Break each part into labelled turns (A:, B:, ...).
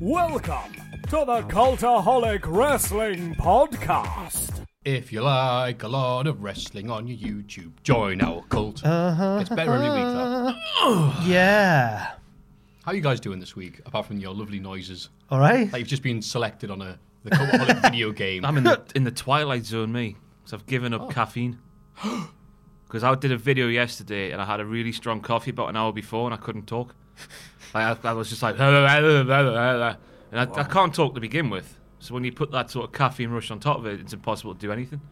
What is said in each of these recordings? A: Welcome to the Cultaholic Wrestling Podcast.
B: If you like a lot of wrestling on your YouTube, join our cult.
C: Uh-huh.
B: It's better every week, though.
C: Yeah.
B: How are you guys doing this week, apart from your lovely noises?
C: All right.
B: Like you've just been selected on a the Cultaholic video game.
D: I'm in the in the twilight zone, me, because I've given up caffeine. Because I did a video yesterday and I had a really strong coffee about an hour before and I couldn't talk. Like, I, I was just like, and I, I can't talk to begin with. So when you put that sort of caffeine rush on top of it, it's impossible to do anything.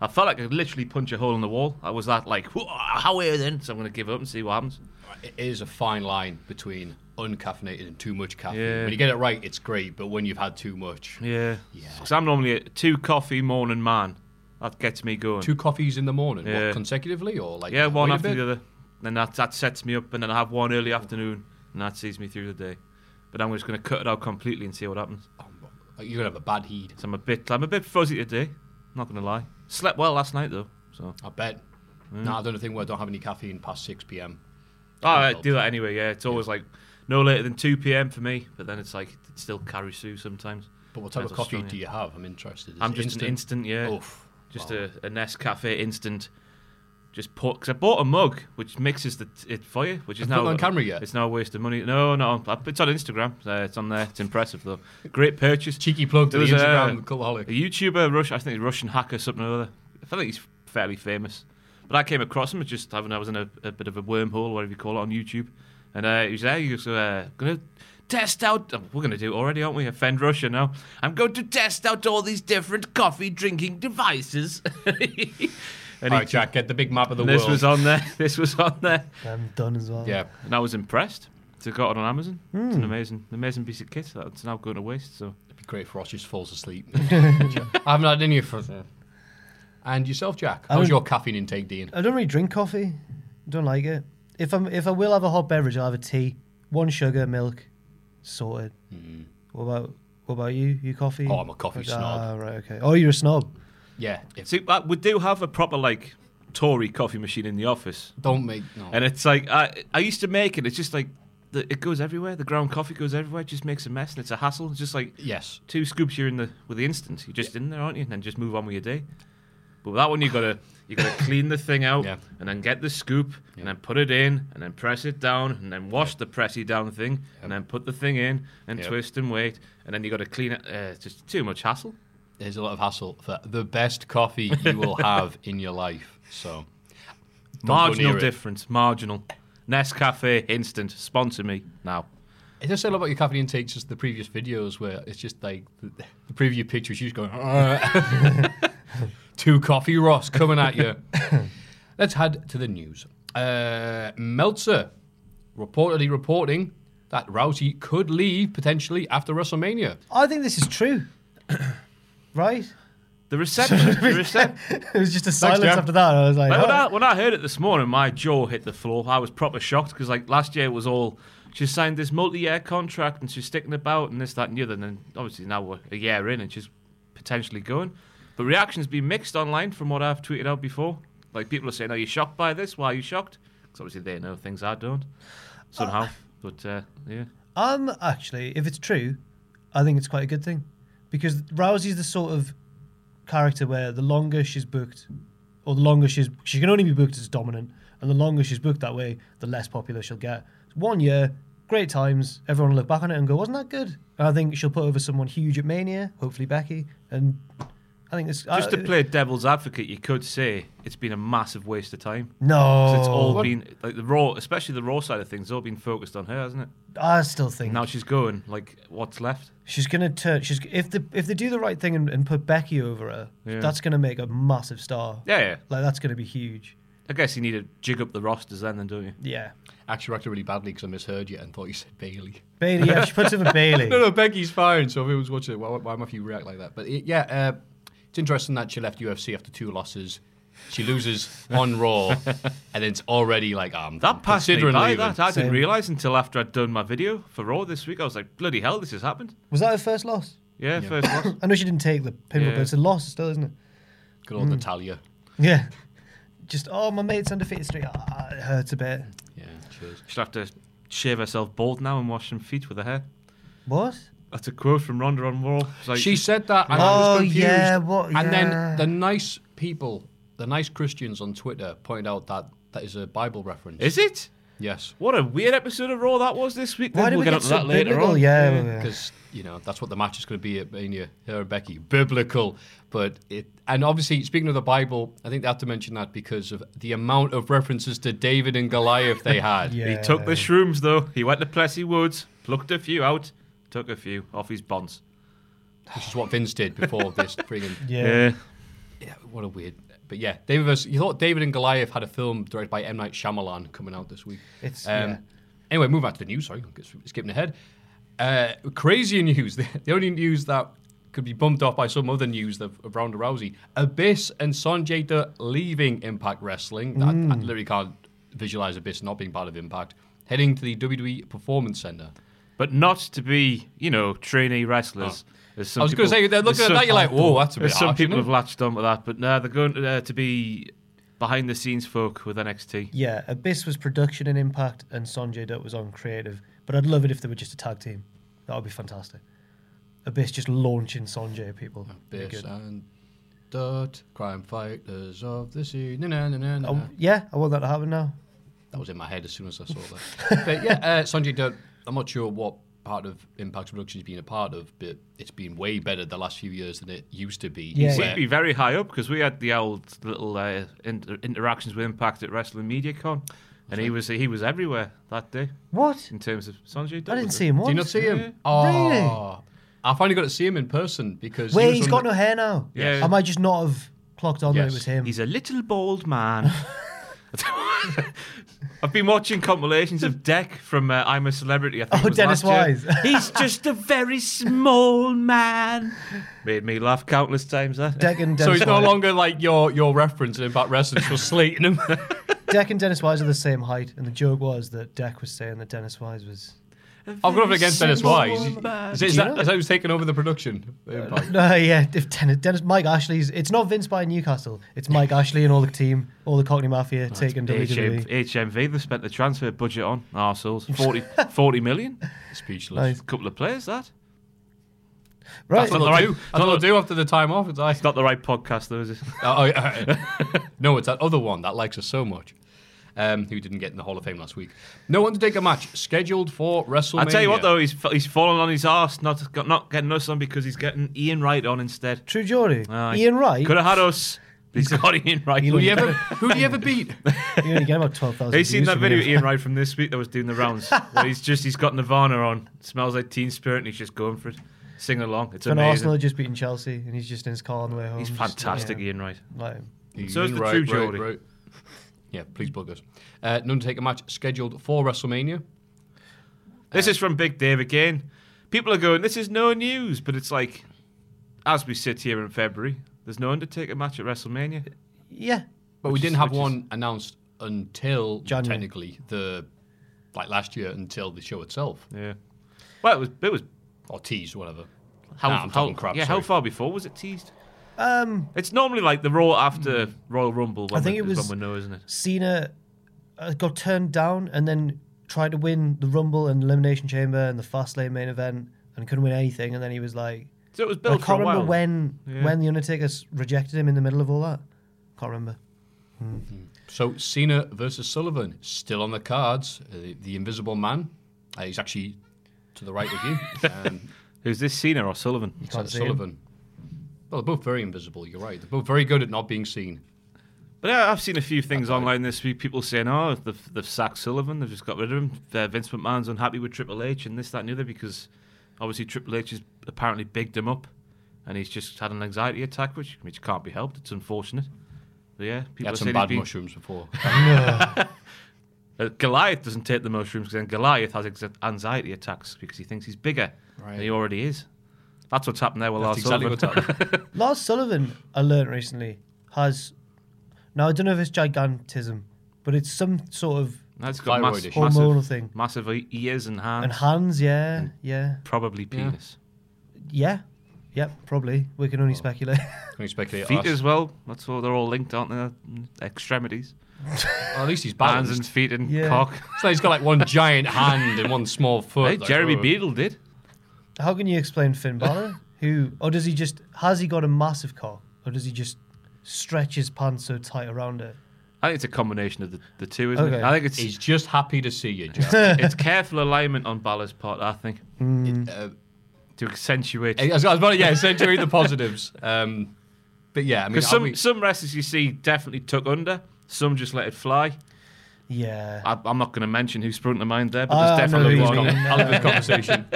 D: I felt like I could literally punch a hole in the wall. I was that like, "Whoa, how are you then? So I'm going to give up and see what happens.
B: It is a fine line between uncaffeinated and too much caffeine.
D: Yeah.
B: When you get it right, it's great, but when you've had too much,
D: Yeah. Because I'm normally a two coffee morning man. That gets me going.
B: two coffees in the morning, what,
D: Yeah.
B: consecutively or like
D: Yeah, one
B: wait a
D: after
B: bit?
D: the other. Then that, that sets me up, and then I have one early afternoon, and that sees me through the day. But I'm just going to cut it out completely and see what happens.
B: Like, you're gonna have a bad heat.
D: So I'm a bit, I'm a bit fuzzy today. Not going to lie. Slept well last night though. So
B: I bet. No, I don't think we don't have any caffeine past six p.m.
D: Oh, I
B: helps.
D: do that anyway. Yeah, it's always like no later than two p.m. for me. But then it's like it still carries through sometimes.
B: But what type
D: Depends
B: of
D: how
B: coffee
D: strong
B: do
D: you-
B: you have? I'm interested. Is
D: I'm
B: it
D: just an instant, yeah.
B: Oof.
D: Just a, a Nescafe instant. Just put because I bought a mug which mixes the it for you, which is
B: Have you
D: now
B: put it on camera yet?
D: It's now a waste of money. No, no, I- it's on Instagram. Uh, it's on there. It's impressive though. Great purchase.
B: Cheeky plug to
D: There
B: the
D: was a-
B: Instagram cultaholic.
D: A YouTuber, Rush, I think he's a Russian hacker, something or other. I think he's fairly famous. But I came across him it's just having I was in a, a bit of a wormhole, or whatever you call it, on YouTube, and uh, he was there. He was uh, gonna test out. oh, we're gonna do it already, aren't we? Offend Russia now. I'm going to test out all these different coffee drinking devices. and he-
B: All right, Jack, get the big map of the
D: and this
B: world.
D: was on there. This was on there,
C: I'm done as well.
B: yeah,
D: and I was impressed. So I got it on Amazon. It's
B: Hmm.
D: an amazing, amazing piece of kit that's now going to waste. So
B: it'd be great if Ross just falls asleep. I haven't had any for. And yourself, Jack. How's
C: would-
B: your caffeine intake, Dean?
C: I don't really drink coffee. Don't like it. If I'm if I will have a hot beverage, I'll have a tea, one sugar, milk, sorted. What about what about you? You coffee?
B: Mm-hmm. Oh, I'm a coffee
C: Like,
B: snob.
C: Ah, right. Okay. Oh, you're a snob.
B: Yeah, it's,
D: See, but we do have a proper like Tory coffee machine in the office,
B: don't make no.
D: and it's like I I used to make it. It's just like the, it goes everywhere. The ground coffee goes everywhere. It just makes a mess, and it's a hassle. It's just like
B: yes,
D: two scoops. You're in the with the instant. You're just in there, aren't you? And then just move on with your day. But with that one, you gotta you gotta clean the thing out,
B: Yeah.
D: and then get the scoop, and then put it in, and then press it down, and then wash the pressy down thing, and then put the thing in, and
B: Yep.
D: twist and wait, and then you gotta clean it. Uh, it's just too much hassle.
B: there's a lot of hassle for the best coffee you will have in your life. So go
D: Marginal
B: near it.
D: difference. Marginal. Nescafe instant. Sponsor me now.
B: It does say a lot about your caffeine intake, just the previous videos where it's just like the, the preview pictures, you just going, "Argh." two coffee Ross coming at you. Let's head to the news. Uh, Meltzer reportedly reporting that Rousey could leave potentially after WrestleMania.
C: I think this is true. right?
D: The reception. the recep-
C: It was just a silence
B: Jan.
C: after that. I was like,
D: Like, when,
C: oh.
D: I, when I heard it this morning, my jaw hit the floor. I was proper shocked because like last year it was all she signed this multi-year contract and she's sticking about and this, that, and the other. And then obviously now we're a year in and she's potentially going. But reactions been mixed online from what I've tweeted out before. Like people are saying, "Are you shocked by this? Why are you shocked?" Because obviously they know things I don't somehow. but uh, yeah.
C: Um, actually, if it's true, I think it's quite a good thing because Rousey's the sort of character where the longer she's booked, or the longer she's she can only be booked as dominant, and the longer she's booked that way, the less popular she'll get. One year, Great times. Everyone will look back on it and go, wasn't that good? And I think she'll put over someone huge at Mania, hopefully Becky. And I think uh, this.
D: Just
C: I,
D: to play devil's advocate, you could say it's been a massive waste of time.
C: No.
D: 'Cause It's all
C: Oh.
B: What?
D: been like the raw, especially the raw side of things, all been focused on her, hasn't it?
C: I still think
D: And now she's going. Like, what's left?
C: she's gonna turn. She's if the if they do the right thing and, and put Becky over her,
D: Yeah.
C: that's gonna make a massive star.
D: Yeah, yeah.
C: Like that's gonna be huge.
D: I guess you need to jig up the rosters then, then don't you?
C: Yeah.
B: Actually, acted really badly because I misheard you and thought you said Bailey.
C: Bailey, yeah, she puts over Bailey.
B: No, no, Becky's fine. So if it was watching it, why, why might you react like that? But it, yeah, uh, it's interesting that she left UFC after two losses. She loses on Raw, and it's already like um
D: That passed me
B: considering
D: by.
B: leaving.
D: That I
C: Same.
D: didn't realise until after I'd done my video for Raw this week. I was like, bloody hell, this has happened.
C: Was that her first loss?
D: Yeah, first loss.
C: I know she didn't take the pinball,
D: Yeah.
C: but it's a loss still, isn't it?
B: Good
D: Hmm.
B: old Natalia.
C: Yeah. Just oh, my mate's undefeated streak. Ah, it hurts a bit.
B: Yeah, cheers.
D: She'll have to shave herself bald now and wash some feet with her hair.
C: What?
D: That's a quote from Ronda on Raw. It's like-
B: She said that, and I
C: Oh,
B: was confused.
C: yeah, what-
B: And then
C: yeah.
B: the nice people, the nice Christians on Twitter, point out that that is a Bible reference.
D: "Is it?
B: Yes,
D: What a weird episode of Raw that was this week."
C: Why
D: Then
C: did
D: we'll
C: we
D: get
C: get
D: up to
C: so
D: that later
C: biblical?
D: on.
C: Yeah, yeah. yeah.
B: because you know that's what the match is going to be at Mania. Her and Becky, biblical, but it and obviously speaking of the Bible, I think they have to mention that because of the amount of references to David and Goliath they had.
C: Yeah.
D: He took the shrooms though. He went to Plessy Woods, plucked a few out, took a few off his bonds.
B: which is what Vince did before this friggin'
C: Yeah.
B: yeah, what a weird. But yeah, David versus you thought David and Goliath had a film directed by M Night Shyamalan coming out this week.
C: It's-
B: um,
C: yeah.
B: anyway. Move on to the news. Sorry, I'm sk- skipping ahead. Uh, crazy news. The, the only news that could be bumped off by some other news of, of Ronda Rousey. Abyss and Sanjay Dutt leaving Impact Wrestling. That, I
C: Mm.
B: literally can't visualize Abyss not being part of Impact. Heading to the WWE Performance Center.
D: But not to be, you know, trainee wrestlers. There's some
B: I was going to
D: people-
B: say, they're
D: there's
B: looking at
D: some-
B: that, you're like, whoa, that's a bit
D: There's some
B: harsh,
D: people
B: isn't
D: have
B: it?
D: latched onto that, but no, they're going uh, to be behind the scenes folk with NXT.
C: Yeah, Abyss was production and impact, and Sanjay Dutt was on creative. But I'd love it if they were just a tag team. That would be fantastic. Abyss just launching Sanjay people. Be
B: Abyss
C: good.
D: uh,
B: and Dutt, crime fighters of the sea. Na, na, na, na, na.
C: Oh, yeah, I want that to happen now.
B: That was in my head as soon as I saw that. but yeah, uh, Sanjay Dutt, I'm not sure what part of Impact's production he's been a part of, but it's been way better the last few years than it used to be.
C: Yeah,
B: Where-
D: We'd be very high up because we had the old little uh, inter- interactions with Impact at Wrestling Media Con, and he was he was everywhere that day
C: What?
D: in terms of Sanjay.
C: I
D: Dutt,
C: didn't
D: was
C: see
D: it?
C: him.
B: Do you
C: once.
B: not see him? Ah,
C: Really?
B: I finally got to see him in person because. he
C: Wait,
B: was
C: he's
B: on
C: got
B: the-
C: no hair now.
D: Yeah.
C: I might just not have clocked on that
B: Yes,
C: it was him.
D: He's a little bald man. I've been watching compilations of Deck from uh, I'm a Celebrity. I think
C: Oh,
D: it was
C: Dennis
D: last year.
C: Wise.
D: He's just a very small man. Made me laugh countless times. That
C: Deck and
B: So
C: Dennis
B: he's no
C: Wise.
B: longer like your your reference in Impact Wrestling for slating him.
C: Deck and Dennis Wise are the same height, and the joke was that Deck was saying that Dennis Wise was.
B: I've got up against Dennis
D: Small
B: Wise.
D: man.
B: Is, it- is that, is that who's taking over the production? Impact?
C: No, yeah, if Dennis, Dennis Mike Ashley's. It's not Vince by Newcastle. It's Mike Ashley and all the team, all the Cockney Mafia taking E.
D: HM,
C: WWE.
D: HMV, they spent the transfer budget on arseholes. 40, 40 million.
B: Speechless.
C: Nice.
D: couple of players, that.
C: Right.
B: That's what
D: Right.
B: they'll do. That's what they'll do after the time off. It's like,
D: It's not the right podcast, though, is it?
B: Oh, oh, yeah. no, it's that other one that likes us so much, um, who didn't get in the Hall of Fame last week. No one to take a match scheduled for WrestleMania.
D: I tell you what, though, he's he's fallen on his arse, not got- not getting us on because he's getting Ian Wright on instead.
C: True Geordie.
D: Aye.
C: Ian Wright.
D: could have had us. He's got Ian Wright.
B: Who do you ever, who do you ever beat?
C: You only get about 12,000.
D: Have you seen
C: views
D: that
C: from
D: video of
C: him.
D: Ian Wright from this week that was doing the rounds? where he's just he's got Nirvana on, smells like Teen Spirit, and he's just going for it, singing along. It's
C: When Arsenal
D: amazing.
C: had just beaten Chelsea, and he's just in his car on the way home.
D: He's
C: just,
D: fantastic,
C: yeah,
D: Ian Wright.
C: like-
D: So is
B: Ian
D: the
B: Wright,
D: true
B: right,
D: Geordie.
B: right. Yeah, please bug us. Uh, none to take a match scheduled for WrestleMania.
D: This is from Big Dave again. People are going, this is no news, but it's like, as we sit here in February, there's no Undertaker match at WrestleMania.
C: yeah.
B: But we
D: Which
B: didn't
D: is-
B: have
D: which is-
B: one announced until
C: January.
B: technically the like last year until the show itself
D: Yeah. Well, it was it was
B: or teased, whatever.
D: How,
B: Nah, I'm
D: how,
B: talking crap,
D: Yeah,
B: sorry.
D: how far before was it teased? Um, it's normally like the Raw after Royal Rumble. When
C: Hmm. I think
D: we,
C: it
D: is
C: was-
D: when we know, isn't it?
C: Cena uh, got turned down and then tried to win the Rumble and Elimination Chamber and the Fastlane main event and couldn't win anything. And then he was like,
D: So it was
C: I
D: built for
C: can't
D: a
C: remember
D: while.
C: when when the Undertaker s- rejected him in the middle of all that. Can't remember.
B: So Cena versus Sullivan still on the cards. Uh, the, the Invisible Man Uh, he's actually to the right of you. Um,
D: Who's this, Cena or Sullivan?
C: You can't
B: Sir
C: see him.
B: Sullivan. Well, they're both very invisible. You're right. They're both very good at not being seen.
D: But yeah, I've seen a few things online this week. People saying, "Oh, they've, they've sacked Sullivan. They've just got rid of him. Uh, Vince McMahon's unhappy with Triple H and this, that, and the other because obviously Triple H has apparently bigged him up, and he's just had an anxiety attack, which which can't be helped. It's unfortunate. But yeah,
B: He
D: people
B: had
D: are
B: some
D: saying
B: bad
D: he's been-
B: mushrooms before.
D: uh, Goliath doesn't take the mushrooms because then Goliath has ex- anxiety attacks because he thinks he's bigger
B: Right.
D: than he already is. That's what's happened there with
B: That's
D: Lars
B: exactly
D: Sullivan.
B: what's happening.
C: Lars Sullivan, I learned recently, has now I don't know if it's gigantism, but it's some sort of
D: That's got mass,
B: Thyroid issue.
C: hormonal
D: massive,
C: thing.
D: massive e- ears and hands, Mm.
C: And hands, yeah, yeah,
D: probably penis.
C: yeah, yep, probably. We can only speculate.
B: Can you speculate?
D: Feet
B: us?
D: as well. That's all. They're all linked, aren't they? Extremities,
B: Well, at least he's
D: hands
B: balanced.
D: and feet and
C: Yeah.
D: cock.
B: So he's got like one giant hand and one small foot.
D: Hey,
B: Like,
D: Jeremy
B: oh.
D: Beadle did.
C: How can you explain Finn Balor? Who, or does he just has he got a massive cock, or does he just stretch his pants so tight around it?
D: I think it's a combination of the, the two, isn't it?
C: Okay.
D: I think it's
B: He's just happy to see you, Jack.
D: it's careful alignment on Balor's part. I think
C: Mm.
B: uh,
D: to accentuate
B: I was, I was about to, yeah, accentuate the positives. Um, but yeah, I mean,
D: because
B: are
D: some
B: we-
D: some wrestlers you see definitely took under. Some just let it fly.
C: Yeah,
D: I, I'm not going to mention who sprung to mind there, but
C: Ah, I
D: there's
C: know
D: definitely
C: who you
D: one.
C: mean.
B: I'll have this conversation.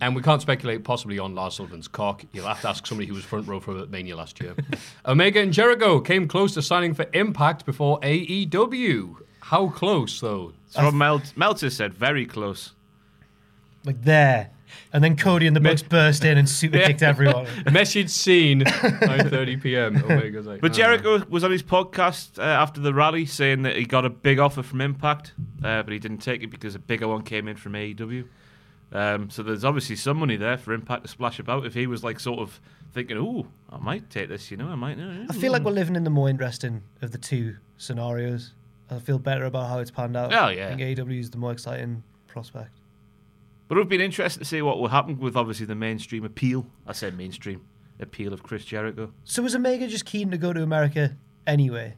B: and we can't speculate possibly on Lars Sullivan's cock. You'll have to ask somebody who was front row for Mania last year. Omega and Jericho came close to signing for Impact before AEW. How close, though?
D: It's Rob Mel- Meltzer said very close.
C: like there, and then Cody and the Bucks burst in and super kicked everyone.
B: Message seen 9:30 p.m. Omega's like,
D: But
B: "Ah."
D: Jericho was on his podcast uh, after the rally saying that he got a big offer from Impact, uh, but he didn't take it because a bigger one came in from AEW. Um, so there's obviously some money there for Impact to splash about. If he was like sort of thinking, "Ooh, I might take this," you know, I might. uh,
C: I feel
D: Hmm.
C: like we're living in the more interesting of the two scenarios. I feel better about how it's panned out.
D: Oh, yeah.
C: I think AEW is the more exciting prospect.
D: But it would be interesting to see what will happen with obviously the mainstream appeal. I said mainstream appeal of Chris Jericho.
C: So was Omega just keen to go to America anyway?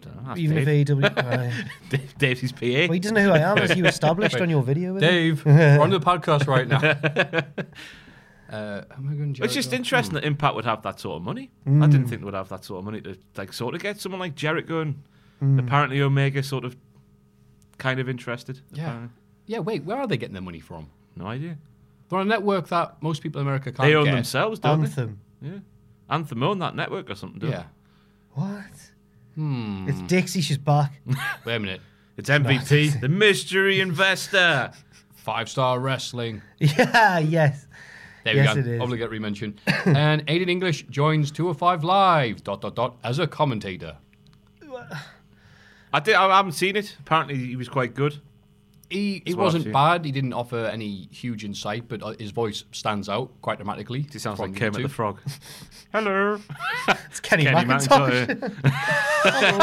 D: Dunno, that's
C: Even
D: Dave.
C: if AEW. Aye.
D: Dave, Dave's his PA.
C: well, he doesn't know who I am, as you established on your video. with him.
B: Dave, we're on the podcast right now. Uh, Omega and
D: It's just
B: Jericho.
D: interesting that Impact would have that sort of money. I
B: Hmm.
D: didn't think they would have that sort of money to like sort of get someone like Jericho and
B: Hmm.
D: apparently Omega sort of kind of interested.
B: Yeah.
D: apparently.
B: Yeah, wait, where are they getting their money from?
D: No idea.
B: They're on a network that most people in America can't
D: They own
B: get.
D: themselves, don't
C: Anthem.
D: they? Yeah. Anthem own that network or something, don't
B: Yeah.
C: What? Hmm. It's Dixie. She's back.
B: Wait a minute.
D: they? It's MVP, the mystery investor.
B: Five star wrestling.
C: yeah. Yes.
B: There
C: Yes,
B: we
C: it
B: go.
C: is.
B: Obligatory mention. and Aiden English joins 205 Live, dot, dot, dot, as a commentator.
D: I, did, I haven't seen it. Apparently he was quite good.
B: He, he
D: That's what I've
B: wasn't
D: seen.
B: bad. He didn't offer any huge insight, but uh, his voice stands out quite dramatically.
D: He sounds
B: from
D: like Kermit
B: YouTube.
D: the Frog. Hello.
C: It's Kenny,
D: Kenny
C: McIntosh.
D: McIntosh.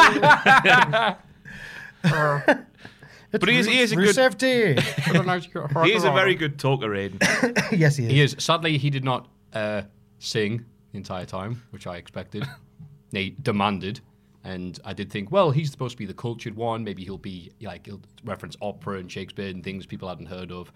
D: But he is, he is a good
C: Rusev Day.
D: he is a very good talker, Aiden.
C: yes, he is.
B: He is. Sadly, he did not uh, sing the entire time, which I expected. they demanded. And I did think, well, he's supposed to be the cultured one. Maybe he'll be like, he'll reference opera and Shakespeare and things people hadn't heard of.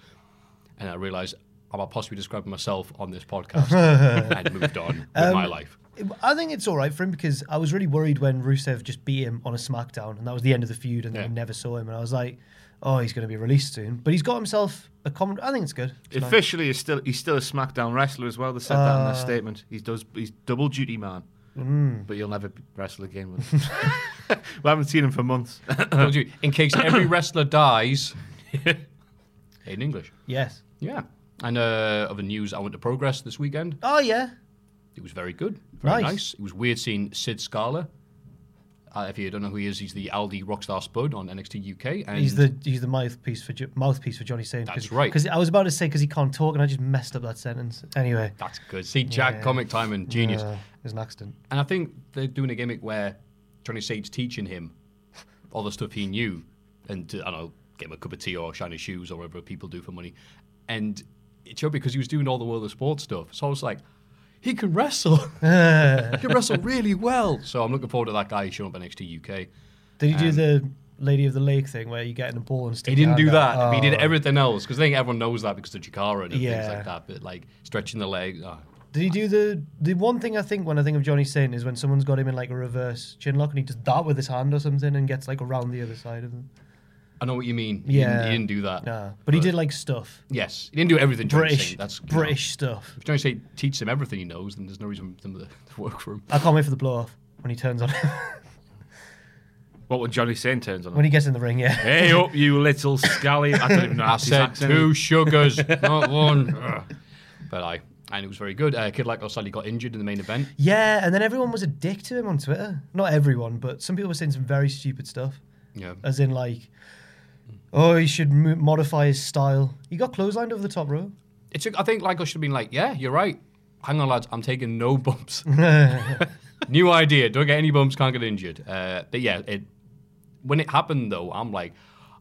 B: And I realized I'm possibly describing myself on this podcast and moved on with my life.
C: I think it's all right for him because I was really worried when Rusev just beat him on a SmackDown, and that was the end of the feud, and then
B: Yeah.
C: we never saw him. And I was like, "Oh, he's going to be released soon." But he's got himself a comment. I think it's good. It's nice. Ah.
D: Officially, is still he's still a SmackDown wrestler as well. They said that in their statement. He does he's double duty man,
C: Mm.
D: but you'll never be- wrestle again with him. we haven't seen him for months.
B: Told you, In case every wrestler dies in English.
C: Yes.
B: Yeah. And uh, other news, I went to Progress this weekend.
C: Oh yeah.
B: It was very good. Very nice.
C: Nice.
B: It was weird seeing Sid Scala. Uh, if you don't know who he is, he's the Aldi Rockstar Spud on NXT UK. And
C: He's the he's the mouthpiece for Jo- mouthpiece for Johnny Saint.
B: That's right.
C: Because I was about to say because he can't talk, and I just messed up that sentence. Anyway,
B: That's good. See, Jack, comic time and genius.
C: uh, it was an accident.
B: And I think they're doing a gimmick where Johnny Sage's teaching him all the stuff he knew and to, I don't know, get him a cup of tea or shine his shoes or whatever people do for money. And it showed because he was doing all the world of sports stuff. So I was like, he can wrestle. he can wrestle really well. So I'm looking forward to that guy showing up at NXT UK.
C: Did he do the Lady of the Lake thing where you get in a ball and stick
B: He didn't
C: your
B: do
C: hand
B: that.
C: out?
B: but he did
C: Oh.
B: everything else because I think everyone knows that because of Chikara and
C: Yeah.
B: things like that. But like stretching the legs, oh,
C: Did he do the the one thing I think when I think of Johnny Satan is when someone's got him in like a reverse chin lock and he does that with his hand or something and gets like around the other side of them.
B: I know what you mean. He didn't-
C: Yeah.
B: he didn't do that.
C: Nah, but, he did like stuff.
B: Yes, he didn't do everything. Johnny
C: British,
B: Singh. That's you know,
C: British stuff.
B: if Johnny say teach him everything he knows, then there's no reason for them to, to work for him.
C: I can't wait for the blow off when he turns on
D: What would Johnny Saint turns on? him?
C: when he gets in the ring. Yeah,
D: Hey up, you little scally! I don't even know.
B: I
D: how to
B: said two sugars, not one. Ugh. But I and it was very good. Uh, Kid Lyco sadly got injured in the main event.
C: yeah. And then everyone was a dick to him on Twitter. Not everyone, but some people were saying some very stupid stuff,
B: Yeah,
C: as in like, oh, he should mo- modify his style. He got clotheslined over the top row.
B: it's. I think Lyco should have been like, yeah, you're right. Hang on, lads, I'm taking no bumps. New idea. Don't get any bumps. Can't get injured. Uh, but yeah, it when it happened though, I'm like,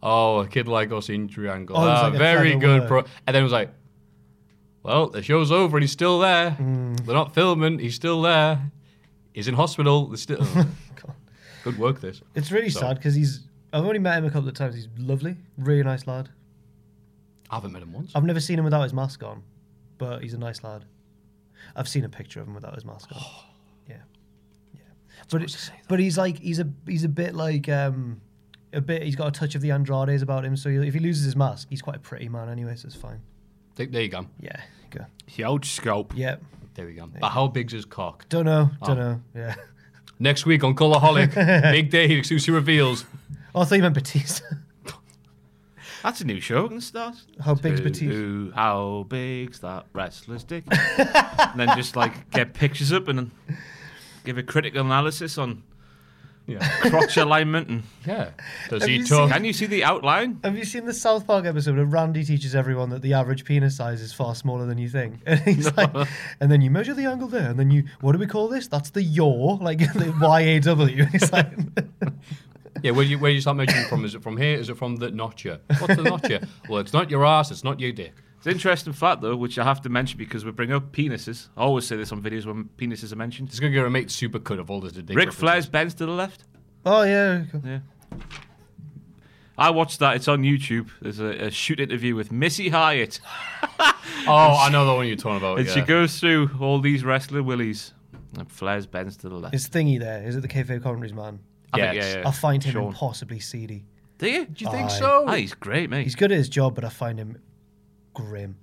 B: oh, a kid like us injury angle.
C: Oh, it was
B: Ah,
C: like a
B: very
C: clever
B: good.
C: word.
B: Pro-. And then it was like, well, the show's over and he's still there.
C: Mm.
B: They're not filming. He's still there. He's in hospital. They're still.
C: God.
B: good work. This.
C: It's really
B: So-
C: sad because he's. I've only met him a couple of times. He's lovely, really nice lad.
B: I haven't met him once.
C: I've never seen him without his mask on, but he's a nice lad. I've seen a picture of him without his mask on. yeah, yeah. But it- but he's like he's a he's a bit like um a bit. He's got a touch of the Andrades about him. So he, if he loses his mask, he's quite a pretty man anyway, so it's fine.
B: There, there you go.
C: Yeah, go.
D: Huge scope.
C: Yeah,
B: There we go. But how big's his cock?
C: don't know, don't know. Yeah.
B: Next week on Colorholic, big day. Susie reveals.
C: Oh, I thought you meant Batista.
D: That's a new show. We can start.
C: How big's
D: Ooh,
C: Batista?
D: ooh, how big's that wrestler's dick? and then just like get pictures up and give a critical analysis on
B: Yeah.
D: crotch alignment. And
B: Yeah. Does
C: Have
B: he
C: you
B: talk?
D: can you see the outline?
C: Have you seen the South Park episode where Randy teaches everyone that the average penis size is far smaller than you think? And he's like, and then you measure the angle there, and then you, what do we call this? That's the yaw, like the Y A W. It's like,
B: Yeah, where do you where do you start measuring from? Is it from here? Is it from the notcher? What's the notcher? Well, it's not your ass. It's not your dick.
D: It's an interesting fact though, which I have to mention because we bring up penises. I always say this on videos when penises are mentioned.
B: It's gonna get a mate super cut of all this dick.
D: Ric
B: references.
D: Flair's bends to the left.
C: oh yeah, cool.
D: Yeah. I watched that. It's on YouTube. There's a, a shoot interview with Missy Hyatt.
B: Oh, I know the one you're talking about.
D: And
B: yeah.
D: she goes through all these wrestler willies. And Flair's bends to the left.
C: is thingy there? Is it the kayfabe commentaries man?
D: I think,
B: Yes.
D: yeah, yeah.
C: I find him
D: Sean.
C: impossibly seedy.
D: Do you? Do
B: You think
C: Aye.
B: so?
D: Ah, he's great, mate.
C: He's good at his job, but I find him grim.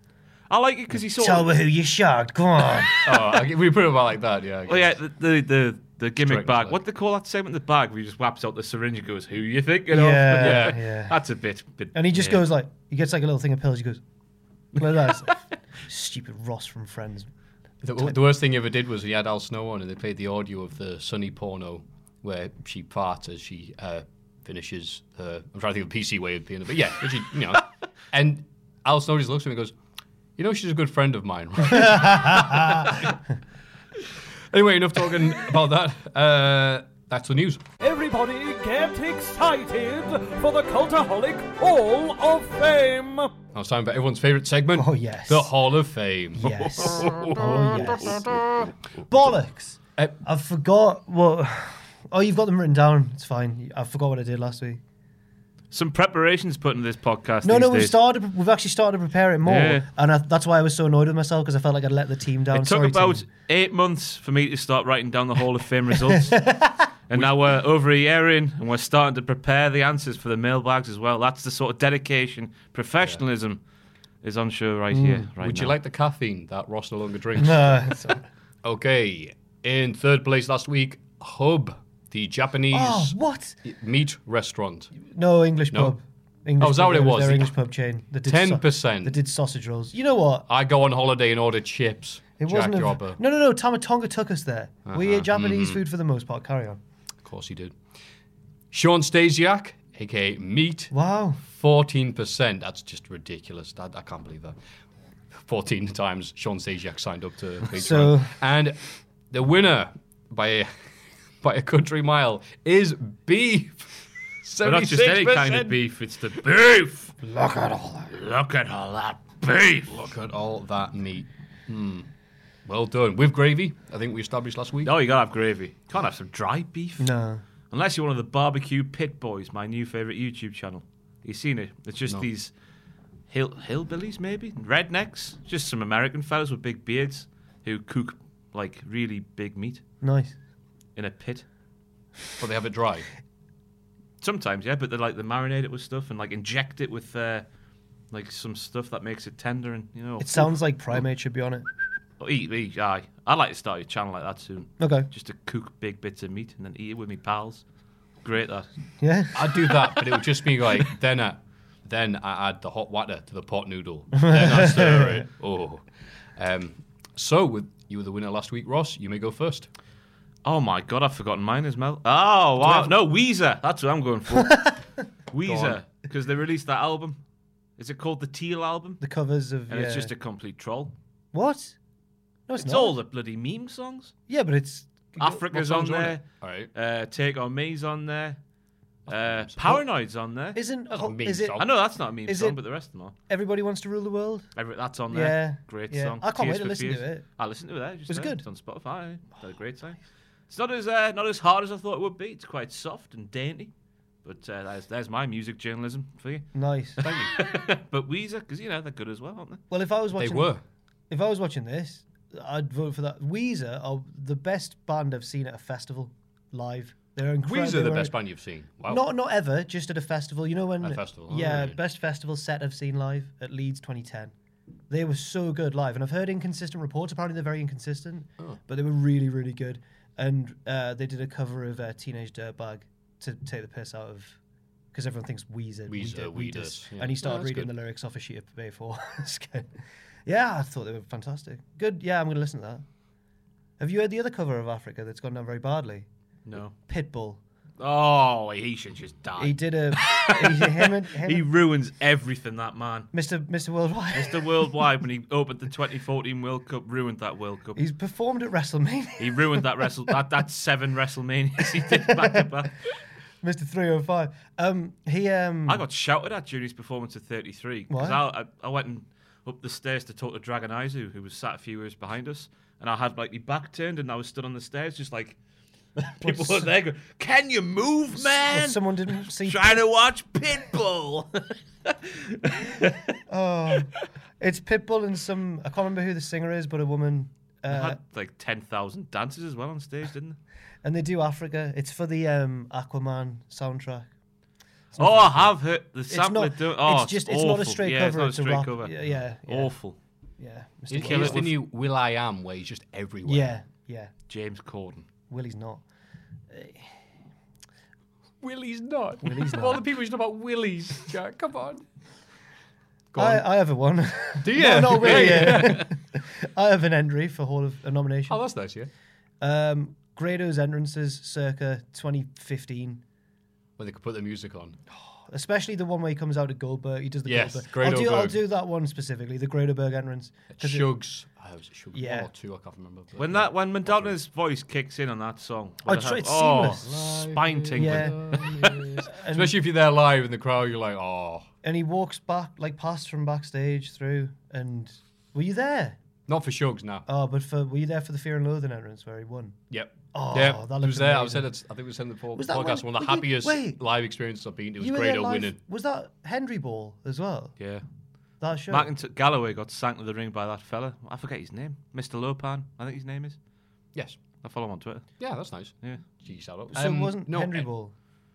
D: I like it because he's sort
C: Tell
D: of.
C: me who you shagged. Go on.
B: Oh, I get- we put it about like that. Yeah. I
D: Well, Oh, yeah,
B: guess.
D: the the the, the gimmick
B: Straight
D: bag.
B: back.
D: What do they call that segment? The bag where he just whaps out the syringe and goes, "Who you think?" You
C: Yeah, yeah.
D: That's a bit. bit
C: and he just
D: yeah.
C: goes like, he gets like a little thing of pills. He goes, like that. It's like, Stupid Ross from Friends.
B: The, the worst thing he ever did was he had Al Snow on and they played the audio of the Sunny porno where she farts as she uh, finishes her. I'm trying to think of a PC way of being, but yeah, she, you know. And Al Snow just looks at me and goes, You know, she's a good friend of mine. right?" anyway, enough talking about that. Uh, that's the news.
A: Everybody get excited for the Cultaholic Hall of Fame!
B: Now it's time for everyone's favorite segment.
C: Oh, yes.
B: The Hall of Fame.
C: Yes. oh yes. Bollocks.
B: Uh,
C: I forgot what. Oh, you've got them written down. It's fine. I forgot what I did last week.
D: some preparations put into this podcast.
C: No,
D: these
C: no, we've
D: days.
C: started. We've actually started to prepare it more,
D: Yeah.
C: and I, that's why I was so annoyed with myself because I felt like I'd let the team down.
D: It took
C: Sorry,
D: about
C: team.
D: eight months for me to start writing down the Hall of Fame results. And now we're over a year in, and we're starting to prepare the answers for the mailbags as well. That's the sort of dedication, professionalism, is on show right
C: Hmm.
D: here. Right
B: Would you
D: now.
B: like the caffeine that Ross no longer drinks?
C: No, it's all right.
B: Okay, in third place last week, Hub, the Japanese
C: oh, what?
B: meat restaurant.
C: No English
B: No.
C: pub. English
B: Oh, is that
C: pub,
B: what it was?
C: Their
B: The-
C: English pub chain. that did
B: 10%.
C: They did sausage rolls. You know what?
B: I go on holiday and order chips.
C: It
B: Jack Uh-huh.
C: wasn't. a-
B: Robber.
C: no, no, no. Tamatonga took us there. We ate Japanese
B: Mm-hmm.
C: food for the most part. Carry on.
B: Of course he did. Sean Stasiak, aka Meat,
C: Wow.
B: 14%. That's just ridiculous. That, I can't believe that. 14 times Sean Stasiak signed up to Patreon.
C: So-
B: And the winner by a, by a country mile is Beef.
D: But not just any kind of
B: 76%.
D: beef, it's the beef! Look at all that. Look at all that beef!
B: Look at all that meat. Hmm. Well done. With gravy, I think we established last week.
D: Oh, you gotta have gravy. Can't have some dry beef.
C: No.
D: Unless you're one of the Barbecue Pit Boys, my new favorite YouTube channel. You've seen it. It's just these hill hillbillies, maybe rednecks, just some American fellas with big beards who cook like really big meat
C: Nice.
D: in a pit.
B: But they have it dry.
D: Sometimes, yeah, but they like they marinate it with stuff and like inject it with uh, like some stuff that makes it tender and you know.
C: It sounds like Primate should be on it.
D: Oh, eat, eat, aye. I'd like to start a channel like that soon.
C: Okay.
D: Just to cook big bits of meat and then eat it with me pals. Great that.
C: Yeah.
B: I'd do that, but it would just be like then I, then I add the hot water to the pot noodle. Then I stir it. Oh, um, so with you were the winner last week, Ross. You may go first.
D: Oh my god, I've forgotten mine as well. Oh wow, no Weezer. That's what I'm going for. Weezer, because they released that album. Is it called the Teal album?
C: The covers of.
D: And
C: yeah.
D: it's just a complete troll.
C: What? No, it's,
D: It's
C: not.
D: all the bloody meme songs.
C: Yeah, but it's.
D: Africa's on
B: songs on
D: there.
B: All right.
D: Uh, Take on Me's on there. Uh, Paranoid's on there.
C: Isn't.
B: That's a
C: oh,
B: mean
C: Is it.
B: song.
D: I know that's not a meme
C: Is
D: song,
C: it-
D: but the rest of them are.
C: Everybody wants to rule the world?
D: Every, that's on there.
C: Yeah,
D: Great
C: yeah.
D: song.
C: I can't wait to
D: for
C: listen to
D: Fears.
C: it.
D: I listened to it there. Just
C: Was it
D: there.
C: good?
D: It's on Spotify. Had a great time. It's not as uh, not as hard as I thought it would be. It's quite soft and dainty. But uh, there's, there's my music journalism for you.
C: Nice. Thank you.
D: But Weezer, because you know they're good as well, aren't they?
C: Well, if I was
B: They
C: watching.
B: were.
C: If I was watching this, I'd vote for that. Weezer are the best band I've seen at a festival live. They're incredible.
B: Weezer, the best band you've seen. Wow.
C: Not not ever, just at a festival. You know when?
B: At Oh. a festival, oh,
C: Yeah,
B: right.
C: best festival set I've seen live at Leeds 2010. They were so good live, and I've heard inconsistent reports. Apparently, they're very inconsistent,
B: Oh.
C: but they were really really good. And uh, they did a cover of uh, Teenage Dirtbag to take the piss out of. Because everyone thinks Weezer, we
B: Weezer,
C: did,
B: we
C: we
B: dis,
C: dis.
B: yeah.
C: and
B: Oh,
C: he started
B: that's
C: reading
B: good.
C: the lyrics off a sheet of paper. It's good. yeah, I thought they were fantastic. Good. Yeah, I'm going to listen to that. Have you heard the other cover of Africa that's gone down very badly?
D: No.
C: Pitbull.
D: Oh, he should just die.
C: He
D: He,
C: did a. he, him and, him and-
D: ruins everything, that man.
C: Mr. Mr. Worldwide.
D: Mr. Worldwide, when he opened the 2014 World Cup, ruined that World Cup.
C: He's performed at WrestleMania.
D: He ruined that wrestle. that that's seven WrestleManias he did back to back.
C: Mr. 305. Um, he um.
D: I got shouted at during his performance of 33 because
C: Why?
D: I, I, I went and up the stairs to talk to Dragon Izu, who was sat a few rows behind us, and I had like my back turned and I was stood on the stairs just like people were there going, "Can you move,
C: well,
D: man?"
C: someone Uh, didn't see.
D: Trying to watch Pitbull.
C: Oh, it's Pitbull and some. I can't remember who the singer is, but a woman. Uh,
D: had like ten thousand dances as well on stage, didn't they?
C: and they do Africa. It's for the um Aquaman soundtrack.
D: Oh, I have heard the sample.
C: not-
D: do- oh,
C: it's just- it's not a
D: awful.
C: straight
D: yeah, It's
C: cover,
D: not a
C: it's a
D: straight
C: rock-
D: cover.
C: yeah, yeah, yeah.
D: Awful.
C: Yeah,
B: It
C: Mr. Worldwide.
B: kills the new Will I Am where he's just everywhere.
C: Yeah, yeah.
D: James Corden.
C: Willie's not.
B: Willie's not. Willie's not. All the people who's about Willie's. Jack, come on. Go on.
C: I, I have a one.
B: do you?
C: no, not Willie. yeah. I have an entry for Hall of a nomination.
B: Oh, that's nice. Yeah.
C: Um, Grado's entrances circa 2015.
B: Where they could put the music on.
C: especially the one where he comes out at Goldberg. He does the
B: Yes,
C: Goldberg. I'll do,
B: Gradoberg.
C: I'll do that one specifically, the Gradoberg entrance. 'cause it-
B: Shugs. I was it Shugs
C: Yeah.
B: one or two. I can't remember. but-
D: When that when Madonna's voice kicks in on that song,
C: Oh,
D: what
C: it's-
D: the hell-
C: it's
D: oh,
C: seamless.
D: spine tingling.
C: yeah,
B: Especially if you're there live in the crowd, you're like, oh,
C: and he walks back, like past from backstage through. And were you there?
B: not for Shugs now.
C: Oh, but for were you there for the Fear and Loathing entrance where he won?
B: Yep.
C: Oh,
B: yeah,
C: that
B: I
C: looked
B: was there. I was
C: amazing.
B: at it. I think we sent the po-
C: Was that
B: podcast
C: one-
B: one of the
C: were you-
B: happiest
C: wait.
B: live experiences I've been. to. It was
C: you were there
B: Grado
C: live-
B: winning.
C: Was that Henry Ball as well?
D: yeah.
C: That show.
D: Macintosh Galloway got sank to the ring by that fella. I forget his name. Mr. Lopan, I think his name is.
B: Yes.
D: I follow him on Twitter.
B: Yeah, that's nice.
D: Yeah.
B: Jeez, I don't-
C: so
B: Um,
C: it wasn't
B: no,
C: Henry
B: eh,
C: Ball.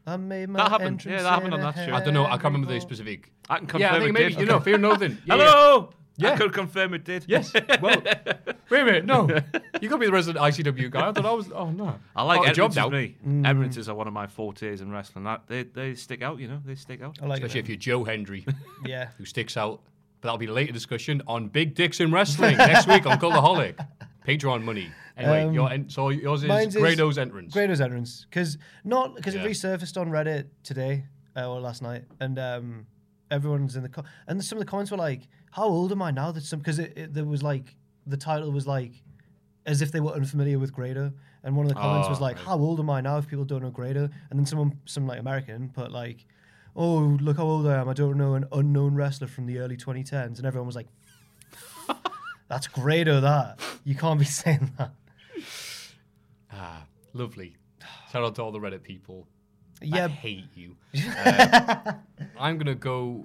C: I made my
D: That happened. Yeah,
C: entrance
D: that happened
C: in
D: on
C: a
D: that show.
B: I don't know. I can't
C: Henry
B: remember the
C: Ball.
B: specific.
D: I can confirm
B: Yeah, I
D: it
B: think maybe
D: did.
B: you know. Fear nothing. Yeah, yeah.
D: Hello.
B: Yeah.
D: I could confirm it did.
B: Yes. Well, wait a minute. No, you could be the resident ICW guy. I thought I was. Oh no.
D: I like
B: Got a job
D: entrances.
B: now. Mm.
D: Me, entrances are one of my fortes in wrestling. That they they stick out. You know, they stick out.
C: I like
B: Especially
C: it.
B: if you're Joe Hendry,
C: Yeah.
B: who sticks out. But that'll be a later discussion on Big Dicks in Wrestling next week on Cultaholic. Patreon money. Anyway,
C: Um,
B: your en- so yours is
C: mine's is-
B: Grado's entrance.
C: Grado's entrance because not because
B: Yeah.
C: it resurfaced on Reddit today uh, or last night, and um, everyone's in the co- and some of the comments were like, "How old am I now?" That some because it, it, there was like the title was like as if they were unfamiliar with Grado, and one of the comments was
B: Ah,
C: like,
B: right.
C: "How old am I now?" If people don't know Grado, and then someone some like American put like. Oh, look how old I am. I don't know an unknown wrestler from the early 2010s. And everyone was like, that's Grado, that. You can't be saying that.
B: Ah, lovely. Shout out to all the Reddit people. I
C: Yeah,
B: hate you. Uh, I'm gonna go.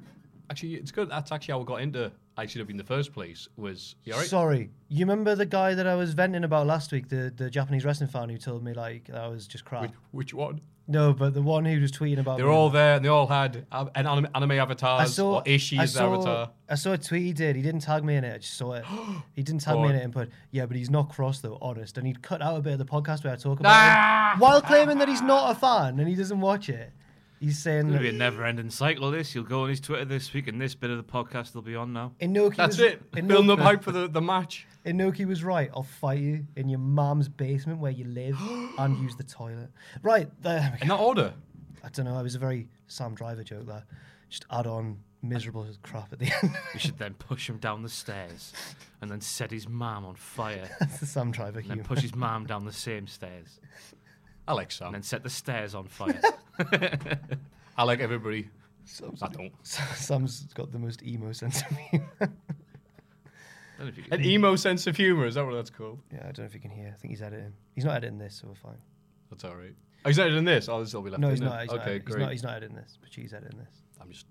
B: Actually, it's good. That's actually how we got into. I should have been the first place. Was you all right?
C: Sorry, you remember the guy that I was venting about last week, the, the Japanese wrestling fan who told me like that I was just crap.
B: Which, which one?
C: no, but the one who was tweeting about
B: They're
C: me.
B: all there, and they all had uh, an anime, anime avatars
C: I saw
B: or Ishii's
C: I saw,
B: avatar.
C: I saw a tweet he did. He didn't tag me in it. I just saw it. he didn't tag me in
B: What?
C: it and put, yeah, but he's not cross though, honest. And he'd cut out a bit of the podcast where I talk about him while claiming that he's not a fan and he doesn't watch it. He's saying
D: It'll
C: that
D: be a never-ending cycle. This you'll go on his Twitter this week, and this bit of the podcast will be on now.
C: Inoki
B: That's
C: was,
B: it. Building up
C: Inoki,
B: hype for the, the match.
C: Inoki was right. I'll fight you in your mom's basement where you live and use the toilet. Right there. we go.
B: In that order.
C: I don't know. It was a very Sam Driver joke there. Just add on miserable crap at the end.
D: We should then push him down the stairs, and then set his mom on fire,
C: That's the Sam Driver
D: and then
C: humor.
D: push his mom down the same stairs,
B: I like
D: and
B: Sam.
D: then set the stairs on fire.
B: I like everybody.
C: Sam's,
B: I don't.
C: Sam's got the most emo sense of humor.
D: Don't know if you can-
B: An emo sense of humor. Is that what that's called?
C: Yeah, I don't know if you can hear. I think he's editing. He's not editing this, so we're fine.
B: That's all right. Oh, he's not in this. Oh, this will be left.
C: No,
B: in
C: he's
B: then.
C: not. He's, not,
B: okay,
C: edi- he's
B: great.
C: not. He's not editing this, but she's editing this.
B: I'm just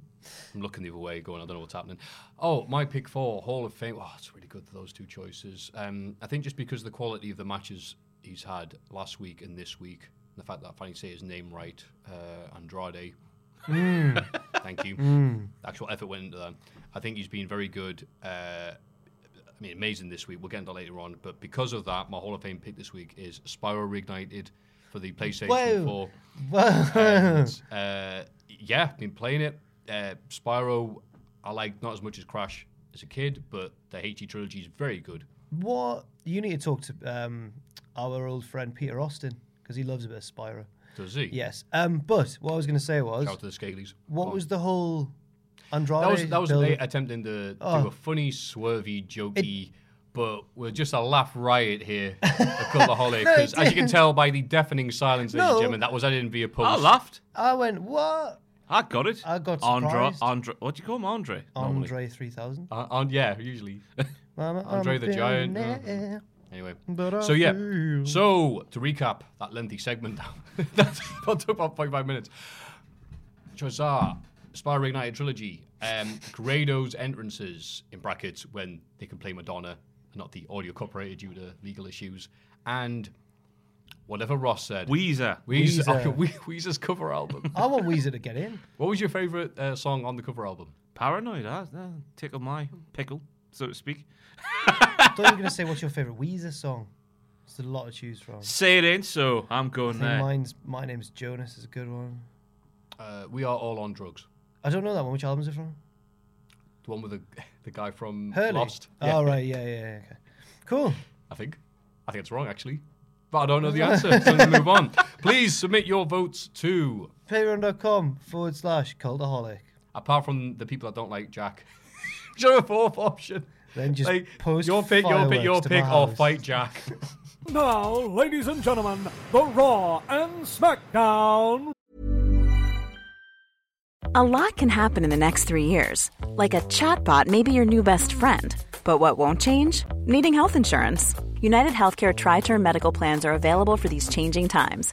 B: I'm looking the other way, going, I don't know what's happening. Oh, my pick four, Hall of Fame. Oh, it's really good those two choices. Um, I think just because of the quality of the matches he's had last week and this week, and the fact that I finally say his name right, uh, Andrade. Thank you. Actual effort went into that. I think he's been very good. Uh, I mean, amazing this week. We'll get into that later on, but because of that, my Hall of Fame pick this week is Spyro Reignited for the PlayStation
C: Whoa.
B: 4
C: Well,
B: and uh, yeah, been playing it. Uh, Spyro, I like not as much as Crash as a kid, but the Haiti trilogy is very good.
C: what you need to talk to um, our old friend Peter Austin because he loves a bit of Spyro.
B: Does he?
C: Yes. Um, but what I was going to say was,
B: Shout out to the Scalies.
C: what
B: Oh.
C: was the whole Andrade?
B: that was that was
C: build-
B: they attempting to
C: Oh.
B: do a funny, swervy, jokey, but we're just a laugh riot here at Cultaholic. Because as you can tell by the deafening silence, ladies and
C: No.
B: gentlemen, that was edited via post.
D: I laughed.
C: I went what?
D: I got it.
C: I got
D: Andre.
C: surprised. Um,
D: Andre. What do you call him, Andre? normally?
C: Andre three thousand.
B: Uh, and yeah, usually. Andre
C: Andre
B: the Giant, Anyway,
C: But
B: so
C: I
B: yeah,
C: feel-
B: so to recap that lengthy segment, that took about 45 minutes. Choices are Spyro Ignited Trilogy, um, Grado's entrances, in brackets, when they can play Madonna, not the audio copyrighted due to legal issues, and whatever Ross said.
D: Weezer.
B: Weezer,
C: Weezer.
B: oh, We- Weezer's cover album.
C: I want Weezer to get in.
B: what was your favourite uh, song on the cover album?
D: Paranoid. Ah, ah, tickle my pickle, so to speak.
C: I thought you were going to say what's your favorite Weezer song. There's a lot to choose from.
D: Say it ain't so. I'm
C: I
D: going
C: think
D: there.
C: mine's My Name's Jonas is a good one.
B: Uh, we Are All on Drugs.
C: I don't know that one. Which album is it from?
B: The one with the, the guy from
C: Hurley.
B: Lost.
C: Oh right, yeah, yeah, yeah. Okay. Cool.
B: I think. I think it's wrong, actually. But I don't know the answer, so let's move on. Please submit your votes to,
C: Patreon.com forward slash cultaholic.
B: apart from the people that don't like Jack, show a fourth option.
C: Then just
B: Like,
C: post
B: your pick, your pick, your
C: fireworks to my
B: pick, or
C: house.
B: fight Jack.
A: Now, ladies and gentlemen, the Raw and SmackDown
E: A lot can happen in the next three years. Like a chatbot may be your new best friend. But what won't change? Needing health insurance. United Healthcare Tri Term Medical Plans are available for these changing times.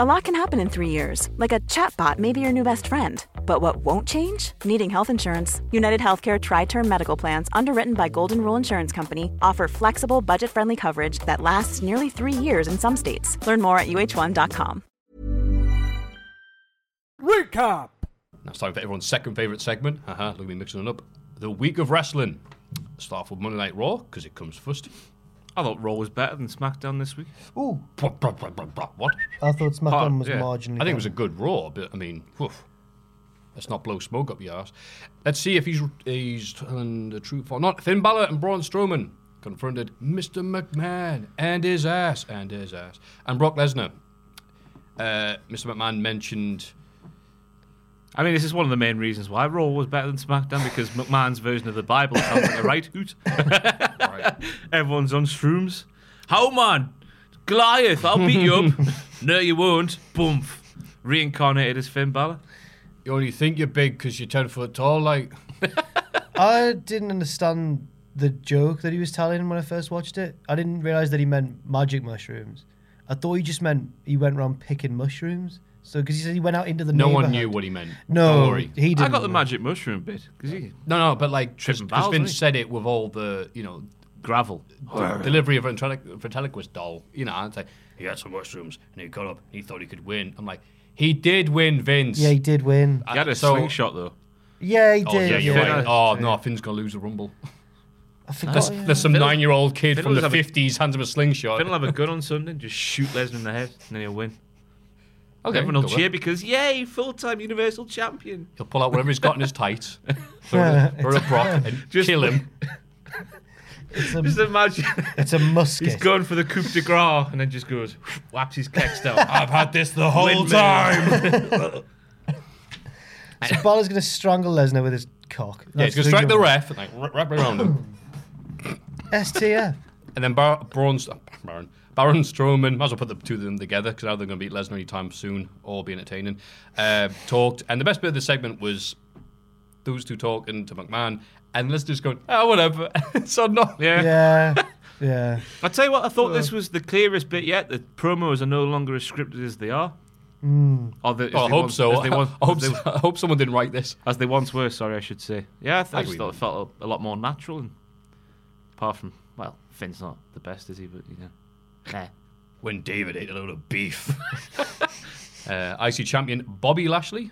E: A lot can happen in three years, like a chatbot may be your new best friend. But what won't change? Needing health insurance. United Healthcare Tri Term Medical Plans, underwritten by Golden Rule Insurance Company, offer flexible, budget friendly coverage that lasts nearly three years in some states. Learn more at uh1.com.
A: recap.
B: Now it's time for everyone's second favourite segment. Haha, look at me mixing it up. The Week of Wrestling. Start off with Monday Night Raw, because it comes first.
D: I thought Raw was better than SmackDown this week.
C: Ooh,
B: Blah, blah, blah, blah, blah. What?
C: I thought SmackDown
D: Oh,
C: was
D: yeah.
C: marginally.
B: I think it was a
C: better.
B: good Raw, but I mean, whew, let's not blow smoke up your ass. Let's see if he's he's telling the truth or not. Finn Balor and Braun Strowman confronted Mr. McMahon and his ass and his ass and Brock Lesnar. Uh, Mr. McMahon mentioned
D: I mean, this is one of the main reasons why Raw was better than SmackDown because McMahon's version of the Bible sounds like a right hoot. Everyone's on shrooms. How man, Goliath, I'll beat you up. no, you won't. Boom. Reincarnated as Finn Balor.
B: you only think you're big because you're ten foot tall. Like
C: I didn't understand the joke that he was telling when I first watched it. I didn't realize that he meant magic mushrooms. I thought he just meant he went around picking mushrooms. So because he said he went out into the
B: no one
C: neighborhood.
B: knew what he meant. Don't
C: No,
B: worry.
C: he didn't.
D: I got the
C: know.
D: magic mushroom bit because he
B: No, no, but like because
D: Tripping balls,
B: Vince
D: isn't he?
B: said it with all the you know
D: gravel.
B: the delivery of ventriloqu- ventriloquist doll. You know, it's like he had some mushrooms and he got up and he thought he could win. I'm like, he did win, Vince.
C: Yeah, he did win.
D: He had a
B: So-
D: slingshot though.
C: Yeah, he
B: Oh,
C: did.
B: yeah, you're
D: yeah.
B: right. Oh no, Finn's gonna lose the rumble.
C: I forgot.
B: There's, there's some nine-year-old kid
D: Finn
B: from the
D: will have a-
B: '50s hands him a slingshot.
D: Finn will have a gun on Sunday, and just shoot Lesnar in the head, and then he'll win.
B: Okay,
D: Everyone will
B: go
D: cheer
B: on.
D: because yay, full-time Universal Champion.
B: He'll pull out whatever he's got in his tights, throw it throw it at Brock, and
D: Just-
B: kill him.
C: It's,
D: Just
C: a,
D: imagine
C: it's a musket.
D: he's going for the coup de grace, and then just goes whaps his keks down. I've had this the
B: whole time.
C: So Balor's going to strangle Lesnar with his cock.
B: Yeah, he's gonna strike the ref and like wrap- wrap around him,
C: STF.
B: and then Bar- Braun, St- Baron, Baron Strowman. Might as well put the two of them together because now they're gonna beat Lesnar anytime soon or be entertaining. Uh, talked, and the best bit of the segment was those two talking to McMahon, and Lesnar just going, "Oh, whatever." so not
D: Yeah.
C: Yeah, yeah.
D: I tell you what, I thought this was the clearest bit yet. The promos are no longer as scripted as they are.
C: Hmm.
D: Or the, as
B: Oh, I
D: they
B: hope
D: once-
B: so.
D: As they, once,
B: I, hope
D: as,
B: so.
D: they,
B: I hope someone didn't write this.
D: as they once were. Sorry, I should say. Yeah, I, th-
B: I
D: I just
B: agree
D: thought it
B: with
D: felt a, a lot more natural. And apart from, well, Finn's not the best, is he? But you know, nah.
B: When David ate a load of beef. uh, IC champion Bobby Lashley,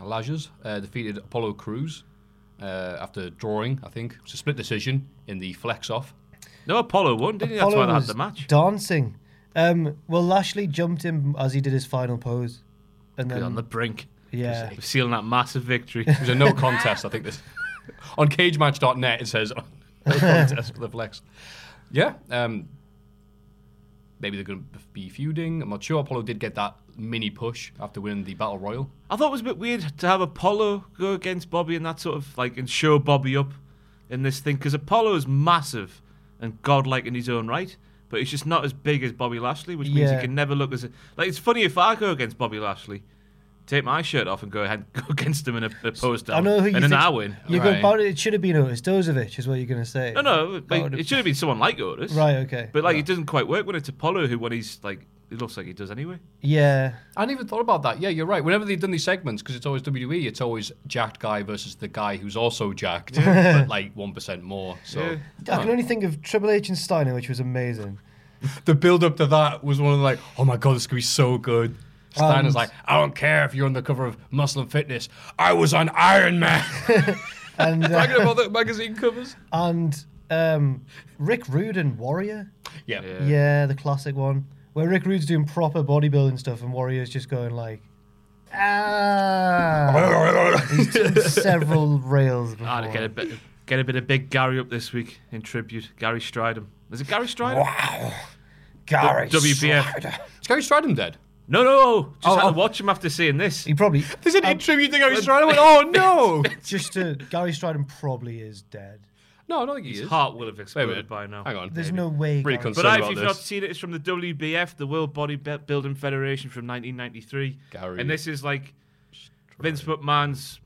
B: Lashes, uh, defeated Apollo Cruz uh, after drawing, I think. It's a split decision in the flex off.
D: no Apollo won, didn't he? That's why
C: Apollo
D: they had
C: was
D: the match.
C: Dancing. Um, well, Lashley jumped him as he did his final pose, and
D: He was
C: then
D: on the brink,
C: yeah,
D: sealing that massive victory.
B: It was a no contest, I think. This On cagematch.net, it says no contest for the flex. Yeah. Um, maybe they're going to be feuding. I'm not sure. Apollo did get that mini push after winning the Battle Royal.
D: I thought it was a bit weird to have Apollo go against Bobby and that sort of like and show Bobby up in this thing because Apollo is massive and godlike in his own right, but he's just not as big as Bobby Lashley, which means he
C: Yeah.
D: can never look as like. It's funny if I go against Bobby Lashley, take my shirt off and go ahead go against him in a, a pose down,
C: I know who you
D: Oh, and then
C: think-
D: I win.
C: You're
B: Right.
C: going about it. It should have been Otis Dozovich, is what you're going to say.
D: No, no, but
C: would've-
D: it should have been someone like Otis,
C: Right. Okay.
D: But like, it doesn't quite work when it's Apollo who, when he's like, it looks like he does anyway.
C: yeah.
B: I hadn't even thought about that. Yeah, you're right. Whenever they've done these segments, because it's always WWE, it's always jacked guy versus the guy who's also jacked, but like one percent more. So
C: I can only think of Triple H and Steiner, which was amazing.
B: the build up to that was one of the like, oh my god, this could be so good. Steiner's
C: And-
B: like, I don't care if you're on the cover of Muscle and Fitness. I was on Iron Man.
C: And uh,
B: Talking about the magazine covers.
C: and um, Rick Rude and Warrior.
B: Yeah.
C: Yeah. the classic one where Rick Rude's doing proper bodybuilding stuff and Warrior's just going like, ah. He's done several rails before.
D: Ah, to get a bit, get a bit of big Gary up this week in tribute. Gary Stridham. Is it Gary Stridham?
C: Gary.
D: WPF.
B: Is Gary Stridham dead?
D: No, no. Just
B: Oh,
D: had
B: oh.
D: to watch him after seeing this.
C: He probably um,
B: There's an tribute to Gary Stridham. I went, oh no.
C: just to Gary Stridham probably is dead.
B: no, I don't think he
D: His
B: is.
D: heart will have
B: Wait a
D: exploded
B: minute.
D: by now.
B: Hang on.
C: There's no
B: Really
C: way. Gary-
B: concerned
D: But I, if
B: about
D: you've
B: this.
D: not seen it, it's from the WBF, the World Bodybuilding Federation from 1993.
B: Gary
D: And this is like Vince McMahon's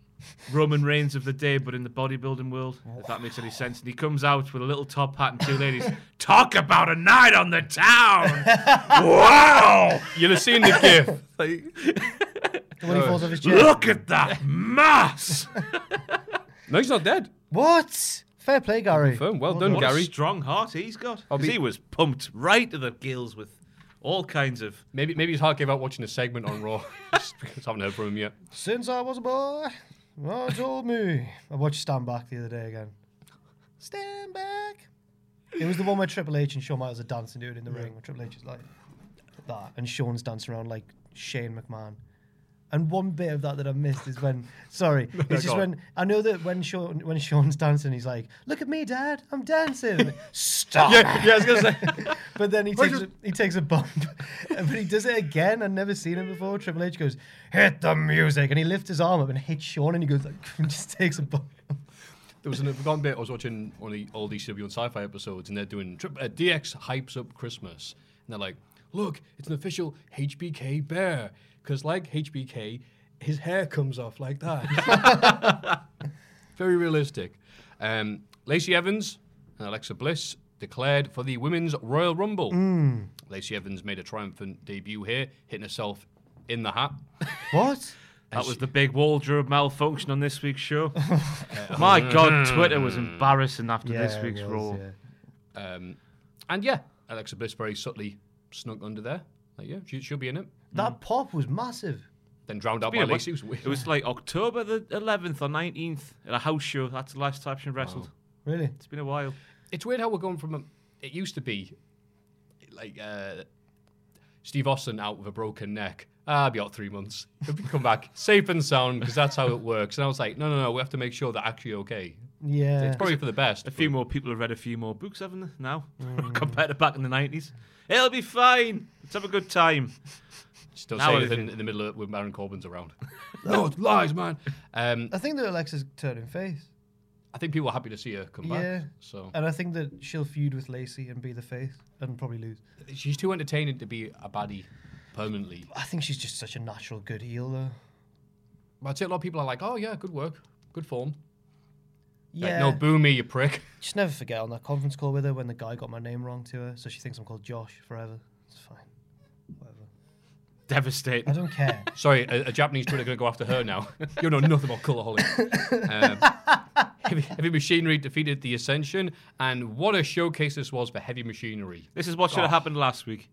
D: Roman Reigns of the day, but in the bodybuilding world, if that makes any sense. And he comes out with a little top hat and two ladies. Talk about a night on the town! wow!
B: You'll have seen the gif.
C: when he falls off his chair.
D: Look at that mass!
B: No, he's not dead.
C: What? Fair play, Gary.
B: Firm. Well done,
D: What a
B: Gary.
D: strong heart he's got. 'Cause
B: be-
D: he was pumped right to the gills with all kinds of.
B: Maybe maybe his heart gave out watching a segment on Raw. Just because I haven't heard from him yet.
C: Since I was a boy, I told me. I watched Stand Back the other day again. Stand Back. It was the one where Triple H and Shawn Michaels are dancing to it in the ring. Where Triple H is like that, and Shawn's dancing around like Shane McMahon. And one bit of that that I missed is when, sorry, it's just when I know that when Sean when Sean's dancing, he's like, "Look at me, Dad, I'm dancing." Stop.
B: yeah, yeah, I was gonna say.
C: But then he takes a, he takes a bump, but he does it again. I've never seen it before. Triple H goes, "Hit the music," and he lifts his arm up and hits Sean, and he goes like, and just takes a bump.
B: There was an one bit I was watching one of the old ECW and Sci-Fi episodes, and they're doing trip, uh, DX hypes up Christmas, and they're like, "Look, it's an official HBK bear," because like HBK, his hair comes off like that. Very realistic. Um, Lacey Evans and Alexa Bliss declared for the Women's Royal Rumble. Lacey Evans made a triumphant debut here, hitting herself in the hat.
C: What?
D: That was the big wardrobe malfunction on this week's show. My God, Twitter
B: Hmm.
D: was embarrassing after this
C: Yeah, it
D: week's
C: was,
D: Raw.
C: yeah.
B: Um, and yeah, Alexa Bliss very subtly snuck under there. Like, yeah, she, she'll be in it.
C: That pop was massive.
B: Then drowned out by
D: Yeah, what-
B: Lacey. It was weird.
D: It was like October the 11th or 19th at a house show. That's the last time she wrestled.
C: Really?
D: It's been a while.
B: It's weird how we're going from. A, it used to be like uh, Steve Austin out with a broken neck. Ah, I'll be out three months. He'll be- come back safe and sound because that's how it works. And I was like, no, no, no, we have to make sure they're actually okay.
C: Yeah.
B: It's probably for the best.
D: A few more people have read a few more books, haven't they, now?
B: Mm.
D: Compared to back in the 90s. It'll be fine. Let's have a good time.
B: Just don't
D: Now
B: say
D: if
B: anything in the middle of, when Baron Corbin's around. no, it's lies, man. Um,
C: I think that Alexa's turning face.
B: I think people are happy to see her come
C: Yeah.
B: back. So
C: And I think that she'll feud with Lacey and be the face and probably lose.
B: she's too entertaining to be a baddie permanently.
C: I think she's just such a natural good heel, though.
B: But I'd say a lot of people are like, oh, yeah, good work, good form.
C: Yeah.
B: Like, no, boo me, you prick.
C: Just never forget on that conference call with her when the guy got my name wrong to her, so she thinks I'm called Josh forever. It's fine. I
D: Devastating.
C: don't care.
B: Sorry, a, a Japanese Twitter going to go after her now. you know nothing about Cultaholic. um, heavy, heavy Machinery defeated The Ascension, and what a showcase this was for Heavy Machinery.
D: This is what
B: Oh.
D: should have happened last week.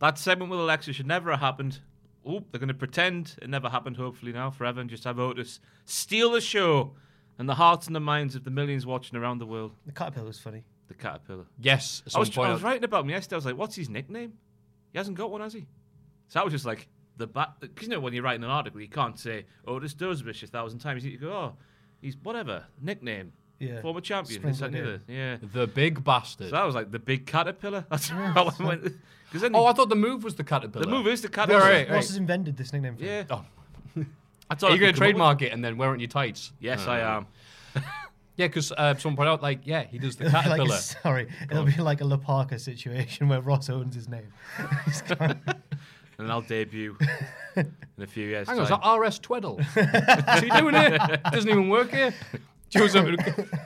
D: That segment with Alexa should never have happened. Oh, they're going to pretend it never happened, hopefully, now forever, and just have Otis steal the show and the hearts and the minds of the millions watching around the world.
C: The caterpillar was funny.
D: The Caterpillar.
B: Yes, at
D: I
B: some
D: was,
B: point
D: I was writing about him yesterday. I was like, what's his nickname? He hasn't got one, has he? So I was just like, the bat. Because you know, when you're writing an article, you can't say, oh, this does wish a thousand times. You go, oh, he's whatever, nickname,
C: Yeah.
D: former champion,
C: Springs
D: this, that, and the
C: it
D: other. Yeah.
B: The Big Bastard.
D: So that was like the big caterpillar. That's how I went. Because then
B: oh, I thought the move was the Caterpillar.
D: the move is the
B: All
D: caterpillar.
B: right, all
C: Ross has
B: right.
C: invented this nickname for
D: Yeah.
C: her.
B: Oh.
D: That's all
B: Are
D: I
B: you going to
D: could come up with.
B: trademark it and then wearing your tights?
D: Yes,
B: Uh,
D: I am.
B: Yeah, because uh, someone pointed out, like, yeah, he does the
C: It'll be like a-
B: Caterpillar.
C: sorry, it'll be like a La Parker situation where Ross owns his name. He's gone,
D: And I'll debut in a few years.
B: Hang on, is
D: time.
B: that RS Tweddle? Is he doing it? Doesn't even work here. Joseph.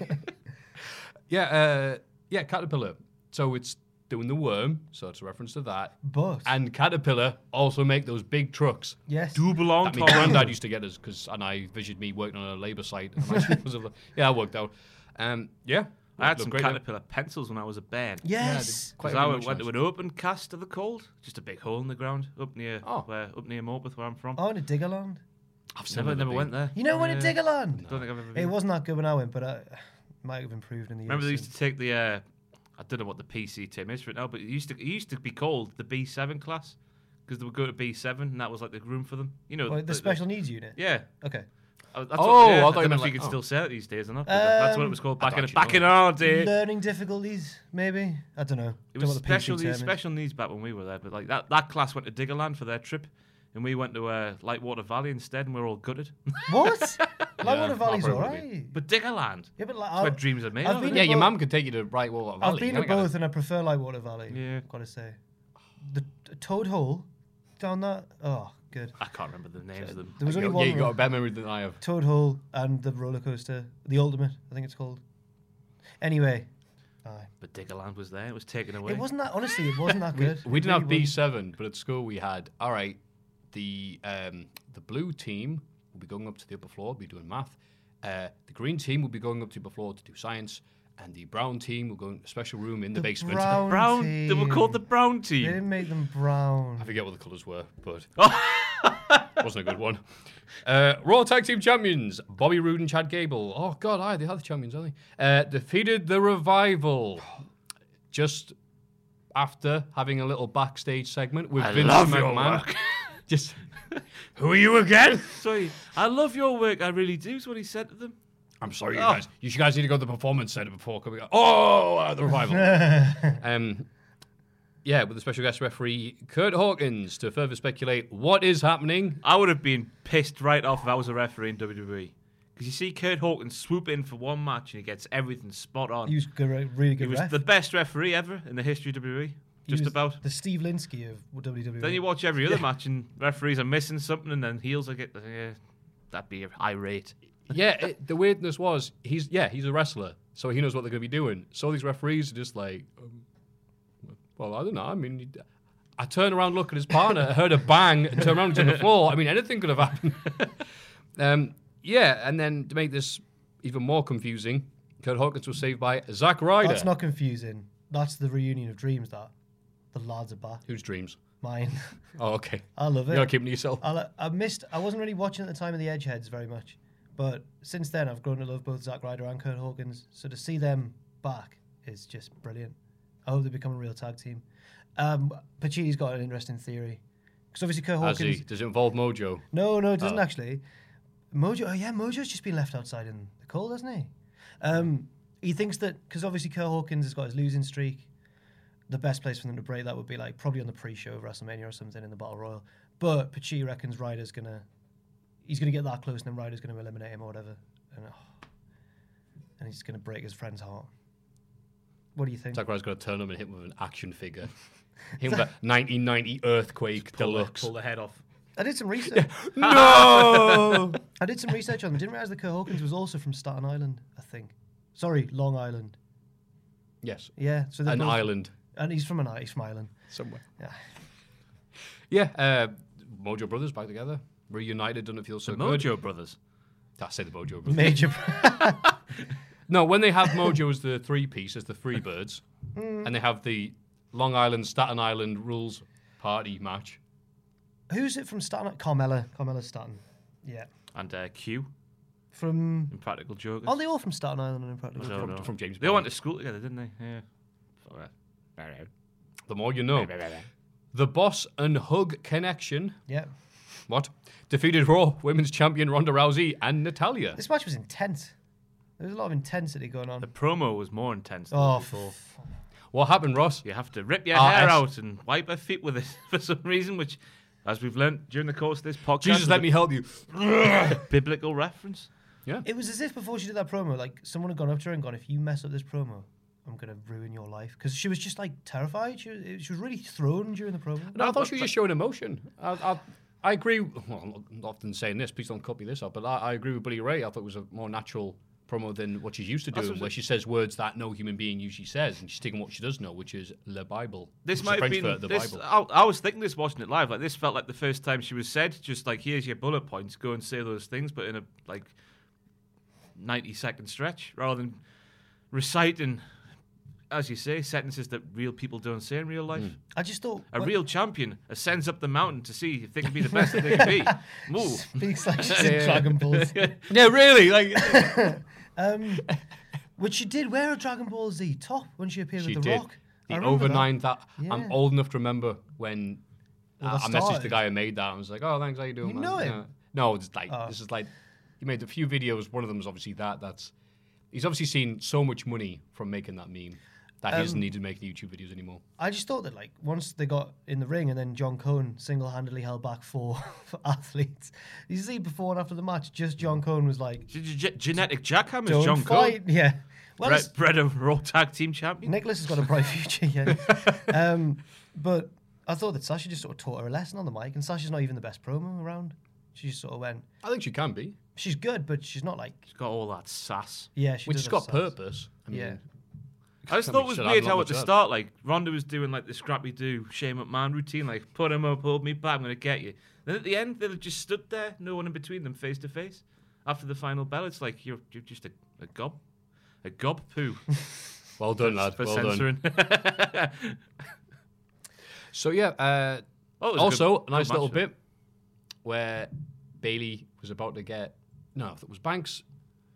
B: yeah, uh, yeah, Caterpillar. So it's doing the worm, so it's a reference to that.
C: but
B: And Caterpillar also make those big trucks.
C: yes,
D: Do belong
B: That my granddad used to get us, because and I envisioned me working on a labour site. And I actually was a- yeah, I worked out. Um, yeah,
D: I had
B: looked
D: some
B: great.
D: caterpillar pencils when I was a bairn.
C: yes,
B: Quite
D: Because
B: a
D: I
B: bit
D: went
B: much
D: to
B: nice.
D: an open cast of the cold, just a big hole in the ground up near
B: Oh.
D: where up near Morpeth, where I'm from.
C: I went to Oh, Diggerland.
B: I've
D: never, never
B: been.
D: went there.
C: You know when to
D: Yeah.
C: Diggerland?
D: Don't think I've ever
C: It
D: been.
C: wasn't that good when I went, but I might have improved in the years.
D: Remember they used
C: since.
D: to take the. Uh, I don't know what the PC team is for it now, but it used to it used to be called the B7 class because they would go to B7 and that was like the room for them. You know
C: Well, the, special needs unit.
D: Yeah.
C: Okay.
D: Uh, That's
B: Oh,
D: what, yeah,
B: I
D: I,
B: thought you
D: don't know
B: meant
D: if you
B: like-
D: can
B: oh.
D: still say it these days or not. but that- that's what it was called
B: I
D: back in
B: don't
D: back
B: know.
D: in our day.
C: Learning difficulties, maybe. I don't know.
D: It
C: Don't
D: was
C: know what the PC
D: special needs,
C: term is.
D: special needs back when we were there. But like that, that class went to Diggerland for their trip, and we went to uh, Lightwater Valley instead, and we were all gutted.
C: What? Lightwater
B: I
C: Valley's
B: probably
C: alright.
D: but Diggerland,
C: Yeah, but like,
D: that's where
C: I've-
D: dreams are made.
C: I've
D: of,
C: been
D: isn't
B: Yeah,
D: it?
C: to
B: your
C: both-
B: mum could take you to right Water Valley.
C: I've been
B: I
C: to
B: gotta-
C: both and I prefer Lightwater Valley.
D: Yeah.
C: Gotta say. The t- Toad Hole down that. Oh, good.
D: I can't remember the names of them.
C: There was only
B: Yeah,
C: one.
B: you got a
C: road.
B: better memory than I have.
C: Toad Hole and the roller coaster. The Ultimate, I think it's called. Anyway. Aye.
D: But Diggerland was there; it was taken away.
C: It wasn't that, honestly, it wasn't that good.
B: We
C: It
B: didn't have
C: really
B: B
C: wasn't.
B: seven, but at school we had. All right, the um, the blue team will be going up to the upper floor, be doing math. Uh, the green team will be going up to the upper floor to do science, and the brown team will go in a special room in the, basement.
C: Brown.
D: Brown. They were called the
C: team.
D: Brown
C: They
D: Team.
C: didn't make them brown.
B: I forget what the colours were, but
D: Oh.
B: wasn't a good one. Uh, Raw Tag Team Champions Bobby Roode and Chad Gable. Oh God, aye, they are the champions, aren't they? Uh, defeated the Revival. just after having a little backstage segment with
D: I
B: Vince
D: love your
B: McMahon.
D: work.
B: Just
D: Who are you again? Sorry, I love your work. I really do. Is what he said to them.
B: I'm sorry, you
D: Oh.
B: guys. You guys need to go to the performance center before coming. out. Oh, uh, the revival. um, yeah, with the special guest referee Kurt Hawkins to further speculate what is happening.
D: I would have been pissed right off if I was a referee in WWE. Because you see Kurt Hawkins swoop in for one match and he gets everything spot on.
C: He was good, re- really
D: He
C: good.
D: was
C: ref.
D: the best referee ever in the history of WWE.
C: He
D: Just
C: was
D: about.
C: the Steve Linsky of E. WWE.
D: Then you watch every other match and referees are missing something and then heels are getting. Yeah, that'd be irate.
B: Yeah, it, the weirdness was he's yeah he's a wrestler, so he knows what they're going to be doing. So these referees are just like, um, well, I don't know. I mean, you- I turn around, look at his partner, I heard a bang, and turn around to the floor. I mean, anything could have happened. um, yeah, and then to make this even more confusing, Kurt Hawkins was saved by Zack Ryder.
C: That's not confusing. That's the reunion of dreams. That the lads are back.
B: whose dreams.
C: Mine.
B: Oh, okay.
C: I love it.
B: You're keeping to yourself.
C: I, li- I uh, missed. I wasn't really watching at the time of the Edgeheads very much, but since then I've grown to love both Zack Ryder and Kurt Hawkins. So to see them back is just brilliant. I hope they become a real tag team. Um, Pacini's got an interesting theory because obviously Kurt
B: Has he?
C: Hawkins.
B: Does it involve Mojo?
C: No, no, it doesn't actually. Mojo, oh yeah, Mojo's just been left outside in the cold, hasn't he? Um, he thinks that because obviously Kerr Hawkins has got his losing streak. The best place for them to break that would be like probably on the pre-show of WrestleMania or something in the Battle Royal. But Pachi reckons Ryder's gonna, he's gonna get that close, and then Ryder's gonna eliminate him or whatever, and oh, and he's gonna break his friend's heart. What do you think?
B: Zack Ryder's going to turn him and hit him with an action figure. Hit him with a 1990 earthquake deluxe.
D: Pull the head off.
C: I did some research.
B: No!
C: I did some research on them. Didn't realize that Kerr Hawkins was also from Staten Island. I think. Sorry, Long Island.
B: yes.
C: Yeah, so they're
B: An
C: both-
B: island
C: and he's from an he's from Ireland.
B: somewhere.
C: Yeah.
B: Yeah, uh, Mojo Brothers back together. Reunited, doesn't it feel so good?
D: Mojo Brothers.
B: I say the Mojo Brothers.
C: Major.
B: No, when they have Mojo as the three piece, as the three birds, and they have the Long Island, Staten Island rules party match.
C: Who's it from Staten? Carmella, Carmella Staten. Yeah,
D: And uh, Q,
C: from.
B: Mm.
D: Impractical Jokers.
C: Are Oh, they all from Staten Island and Impractical?
D: I don't
B: from-
D: know.
B: from James
D: They
B: Bond.
D: all went to school together, didn't they? Yeah. All right.
B: The more you know. the Boss and Hug Connection.
C: Yeah,
B: What? Defeated Raw Women's Champion Ronda Rousey and Natalia.
C: this match was intense. There was a lot of intensity going on.
D: The promo was more intense. than
C: Oh,
D: before.
C: f-
B: What happened, Ross?
D: You have to rip your
B: Ah,
D: hair
B: yes.
D: out and wipe her feet with it for some reason, which, as we've learned during the course of this podcast,
B: Jesus,
D: is
B: let
D: a
B: me help you.
D: biblical reference.
C: it was as if before she did that promo, like someone had gone up to her and gone, "If you mess up this promo, I'm gonna ruin your life." Because she was just like terrified. She was, she was really thrown during the promo.
B: No, I thought she was just showing emotion. I, I, I agree. Well, I'm not- not often saying this. Please don't copy this up. But I, I agree with Billy Ray. I thought it was a more natural promo than what she's used to doing, where she says words that no human being usually says, and she's taking what she does know, which is the Bible. which
D: This
B: is
D: might have
B: French
D: been.
B: for the
D: this,
B: Bible.
D: I, I was thinking this watching it live. Like this felt like the first time she was said, just like here's your bullet points, go and say those things, but in a like ninety second stretch, rather than reciting, as you say, sentences that real people don't say in real
B: Hmm.
D: life.
C: I just thought
D: A
C: what-
D: real champion ascends up the mountain to see if they can be the best that they can be. Moo.
C: speaks like she's in Dragon Ball. Z.
B: yeah, really. Like
C: Um, Which she did wear a Dragon Ball Z top when she appeared
B: she
C: with The
B: did.
C: Rock. I
B: The
C: remember
B: over
C: that.
B: nine that
C: Yeah.
B: I'm old enough to remember when
C: Well,
B: I,
C: that
B: I messaged the
C: started.
B: uh, guy who made that. I was like, "Oh, thanks. How you doing?"
C: You
B: man?"
C: know him? Oh.
B: Yeah. No, it's like this is like he made a few videos. One of them is obviously that. That's he's obviously seen so much money from making that meme that
C: Um,
B: he doesn't need to make YouTube videos anymore.
C: I just thought that like once they got in the ring and then John Cohn single handedly held back four for athletes. You see before and after the match, just
B: Mm.
C: John Cohn was like,
D: Ge- ge- Genetic jackhammer
C: "Don't
D: is John Cole.
C: fight." Yeah. Well,
D: Bre-
C: it's-
D: Bred a Raw Tag Team Champion.
C: Nicholas has got a bright future. Yeah. um, but I thought that Sasha just sort of taught her a lesson on the mic, and Sasha's not even the best promo around. She just sort of went,
B: I think she can be
C: "She's good, but she's not like."
D: She's got all that sass.
C: Yeah, she
B: when
C: does
B: she's
C: have
B: got
C: sass.
B: purpose. I mean,
C: Yeah,
D: I just
B: That
D: thought it
B: makes
D: was
B: sense.
D: weird
B: I'm
D: how
B: not
D: at the
B: much up.
D: start, like Ronda was doing like the Scrappy Doo Shame Up Man routine, like put him up, hold me back, I'm gonna get you. Then at the end, they just stood there, no one in between them, face to face. After the final bell, it's like you're you're just a, a gob, a gob poo
B: well done, lad.
D: for
B: well done.
D: censoring.
B: So yeah. Uh,
D: Oh, it was a
B: also,
D: good-
B: a nice
D: good
B: little
D: matchup.
B: bit where Bailey was about to get no, it was Banks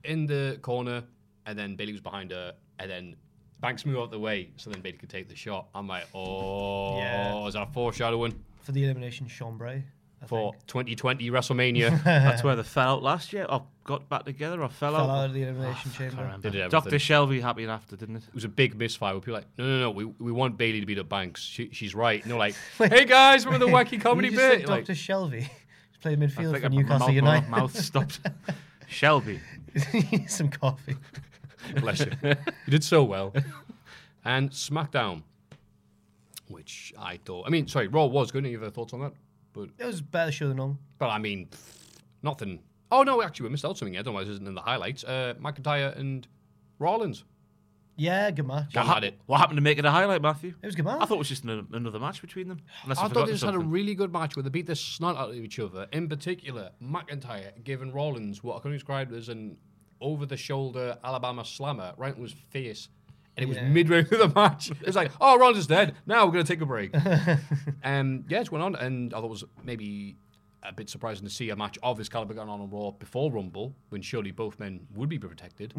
B: in the corner, and then Bailey was behind her, and then Banks move out the way so then Bader could take the shot. I'm like, oh,
C: Yeah.
B: is that foreshadowing
C: for the elimination Chambray. I
B: for
C: think.
B: 2020 WrestleMania?
D: That's where they fell out last year. Or got back together or fell,
C: fell
D: out.
C: out of the elimination chamber.
B: Did it
D: Dr.
B: everything.
D: Shelby happened after, didn't it?
B: it was a big misfire. Where people were like, no, no, no, we, we want Bailey to beat up Banks. She, she's right. And they're like, hey guys, remember the wacky comedy
C: you just said
B: bit?
C: Dr.
B: Like,
C: Shelby. He's playing
D: I
C: midfield
D: think
C: for
D: I- my
C: Newcastle
D: mouth,
C: United.
D: My mouth stopped. Shelby.
C: Some coffee.
B: Bless you. you did so well. And SmackDown, which I thought, I mean, sorry, Raw was good. Any other thoughts on that? But,
C: It was a better show than normal.
B: but I mean, pff, nothing. Oh, no, actually, we missed out something. I don't know why this isn't in the highlights. Uh, McIntyre and Rollins.
C: Yeah, good match.
B: That had it.
D: What happened to make it a highlight, Matthew?
C: It was a good match.
D: I thought it was just an, another match between them. Unless I,
B: I thought
D: forgotten
B: they just had a
D: something.
B: really good match where they beat the snot out of each other. In particular, McIntyre giving Rollins what I can describe as an over the shoulder Alabama slammer right into his face. And it was midway through the match. It was like, oh, Rollins is dead. Now we're going to take a break. um, yeah, it went on. And I thought it was maybe a bit surprising to see a match of this caliber going on on Raw before Rumble when surely both men would be protected.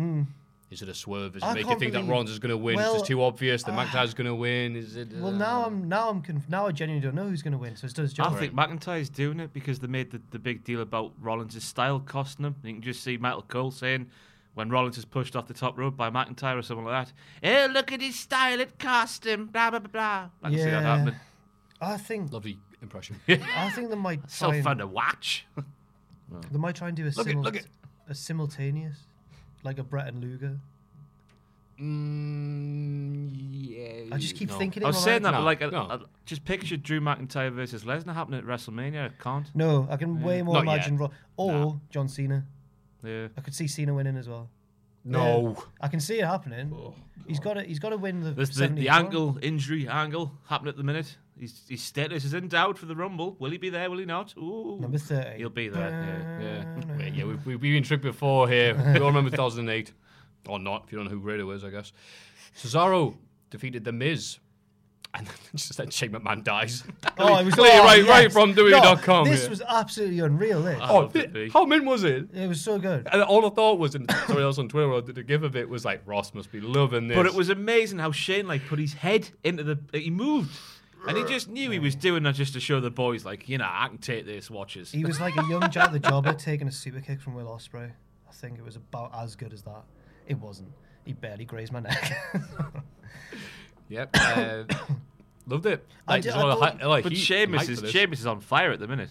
B: Is it a swerve? Is it
C: Hmm. I
B: make you
C: can't
B: think that
C: believe-
B: Rollins is going to win? is
C: Well, uh,
B: it too obvious that McIntyre's going to win? Is it. uh,
C: well, now I'm now I'm conf- now I genuinely don't know who's going to win. So it's does
D: I
C: job.
D: think McIntyre's doing it because they made the, the big deal about Rollins' style costing him. You can just see Michael Cole saying when Rollins is pushed off the top rope by McIntyre or someone like that, "Oh, look at his style, it cost him." Blah blah blah. blah. I can see that
C: Yeah.
D: happening.
C: I think
B: Lovely impression.
C: I think they might
D: So
C: try
D: fun
C: and,
D: to watch.
C: they might try and do a,
B: it,
C: simul-
B: look it.
C: a simultaneous, like a Brett and Luger.
B: Mm, yeah.
C: I just keep
B: no.
C: thinking.
D: I
C: it in
D: was
C: my
D: saying
C: mind.
D: that, but like, I-
B: no.
D: I just picture Drew McIntyre versus Lesnar happening at WrestleMania. I can't.
C: No, I can way more
B: Not
C: imagine
B: yet.
C: Ro- or John Cena.
D: Yeah.
C: I could see Cena winning as well.
B: No.
C: Yeah, I can see it happening.
B: Oh,
C: he's got to he's got to win the
D: There's the,
C: 70
D: the
C: as well.
D: ankle injury angle happening at the minute. His, his status is in doubt for the Rumble. Will he be there? Will he not? Ooh.
C: Number 30.
D: He'll be
B: Uh,
D: there. Yeah.
B: Yeah. Wait, yeah, we've, we've been tricked before here. We all remember 2008. Or not, if you don't know who Rado is, I guess. Cesaro defeated The Miz. And then just then Shane McMahon dies.
C: Oh, it was
B: Clearly
C: oh,
B: right,
C: yes.
B: right from WWE.com.
C: No, this
B: yeah.
C: was absolutely unreal. This.
B: Oh,
D: Love it,
B: thi-
D: B.
B: how mean was it?
C: It was so good.
B: And all I thought was, and somebody else on Twitter did a give of it was like, Ross must be loving this.
D: But it was amazing how Shane like put his head into the. He moved, and he just knew he was doing that just to show the boys like you know I can take this. Watches.
C: He was like a young Jack the Jobber taking a super kick from Will Ospreay. I think it was about as good as that. It wasn't. He barely grazed my neck.
B: Yep. Uh, loved it.
C: I
B: Like,
C: did-
B: there's a lot
C: I
B: of
C: thought-
B: hi- like,
D: but
B: heat and hype
D: Sheamus
B: for
D: is
B: this.
D: Sheamus is on fire at the minute.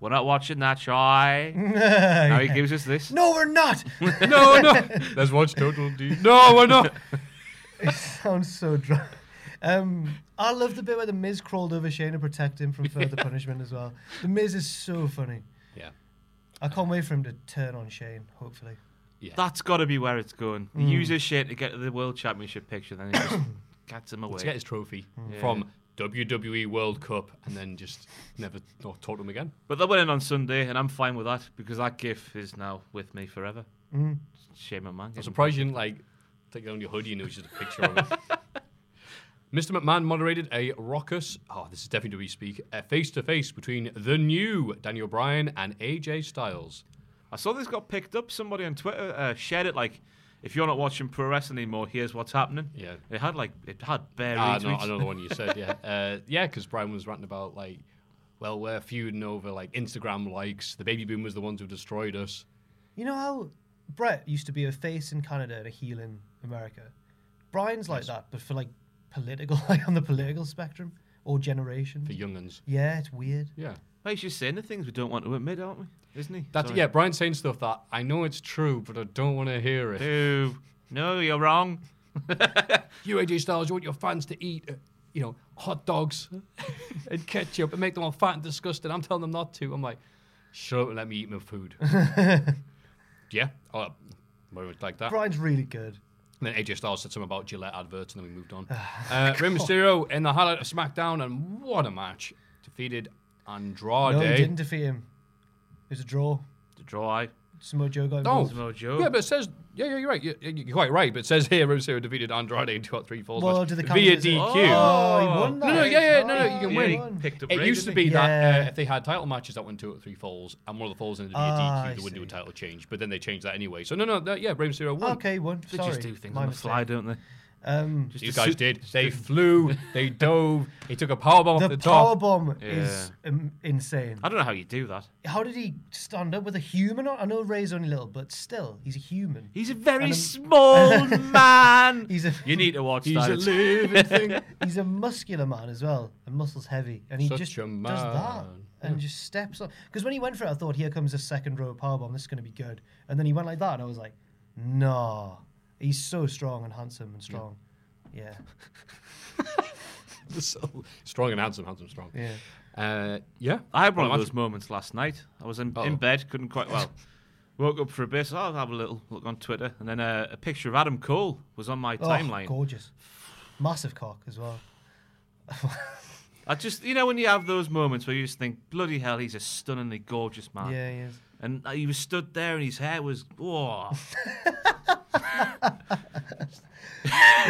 D: We're not watching that, shy. now he gives us this.
C: no, we're not.
B: No, no. Let's watch Total D. No, we're not.
C: Sounds so dry. Um, I love the bit where the Miz crawled over Shane to protect him from further punishment as well. The Miz is so funny.
B: Yeah.
C: I can't wait for him to turn on Shane. Hopefully,
D: That's got to be where it's going. He uses shit to get to the world championship picture, then he just gets him away.
B: to get his trophy from WWE World Cup and then just never not talk to him again.
D: But they're winning on Sunday, and I'm fine with that because that gif is now with me forever. Shame on man.
B: I'm surprised you didn't like take down your hoodie and it was just a picture of it. Mr. McMahon moderated a raucous, oh, this is definitely WWE speak, a face to face between the new Daniel Bryan and AJ Styles.
D: I saw this got picked up. Somebody on Twitter uh, shared it like, if you're not watching pro wrestling anymore, here's what's happening.
B: Yeah.
D: It had like it had bare
B: Ah,
D: retweets.
B: no, another one you said, yeah. Uh, yeah, because Brian was ranting about, like, well, we're feuding over, like, Instagram likes. The baby boomers the ones who destroyed us.
C: you know how Brett used to be a face in Canada and a heel in America. Brian's like that, but for like political, like on the political spectrum or generation.
B: The young'uns.
C: Yeah, it's weird.
B: Yeah.
D: Well, he's just saying the things we don't want to admit, aren't we? Isn't he?
B: That's,
D: Sorry.
B: yeah, Brian's saying stuff that I know it's true, but I don't want to hear it.
D: Boo. No, you're wrong.
B: You AJ Styles, you want your fans to eat, uh, you know, hot dogs and ketchup and make them all fat and disgusting. I'm telling them not to. I'm like, shut up and let me eat my food. yeah, uh, very much like that.
C: Brian's really good.
B: And then AJ Styles said something about Gillette adverts, and then we moved on. uh, Rey Mysterio in the highlight of SmackDown, and what a match! Defeated Andrade.
C: no, he didn't defeat him. It was a draw.
D: The draw.
C: Samoa Joe got
B: No.
C: involved.
D: Samoa Joe.
B: Oh. Yeah, but it says, yeah, yeah, you're right. You're, you're quite right. But it says here, Rey Mysterio defeated Andrade in two out three falls
C: Well,
B: match
C: do they count
B: via
C: it as a-
B: DQ.
C: Oh, he won that.
B: No, no, yeah, yeah, no, no, you can
D: Yeah,
B: win.
D: he picked up
B: It
D: Ray,
B: used to
D: didn't
B: be
D: he?
B: that
C: Yeah.
B: uh, if they had title matches that went two or three falls, and one of the falls ended up being
C: Ah,
B: a
C: I
B: DQ, they wouldn't do a
C: see. Oh.
B: title change. But then they changed that anyway. So no, no, that, yeah, Rey Mysterio won.
C: Okay, one.
D: Oh, They
C: Sorry,
D: just do things
C: my
D: on the
C: mistake.
D: fly, don't they?
C: Um,
D: Just
B: You
D: a
B: guys
D: suit-
B: did.
D: just
B: They
D: a-
B: flew. They dove. He took a power bomb
C: the
B: off the
C: power
B: top.
C: bomb
D: Yeah.
C: is um, insane.
D: I don't know how you do that.
C: How did he stand up with a human? on- I know Ray's only little, but still, he's a human.
D: He's a very
C: And a-
D: small man.
C: He's a
D: you need to watch
B: He's
D: that.
B: a
D: It's-
B: living thing.
C: he's a muscular man as well, and muscles heavy, and he
B: Such
C: just
B: a
C: does that
B: man.
C: and just steps on. Because when he went for it, I thought, "Here comes a second row power bomb. This is going to be good." And then he went like that, and I was like, "No, he's so strong and handsome and strong." Yeah,
B: So strong and handsome. Handsome, strong.
C: yeah.
B: Uh, yeah.
D: I had one of
B: Well,
D: those moments last night. I was in,
B: Uh-oh.
D: in bed, couldn't quite well. Woke up for a bit, so I'll have a little look on Twitter, and then uh, a picture of Adam Cole was on my
C: Oh,
D: timeline.
C: gorgeous, massive cock as well.
D: I just, you know, when you have those moments where you just think, bloody hell, he's a stunningly gorgeous
B: Ah.
D: man.
C: Yeah, he is.
D: And uh, he was stood there, and his hair was, whoa.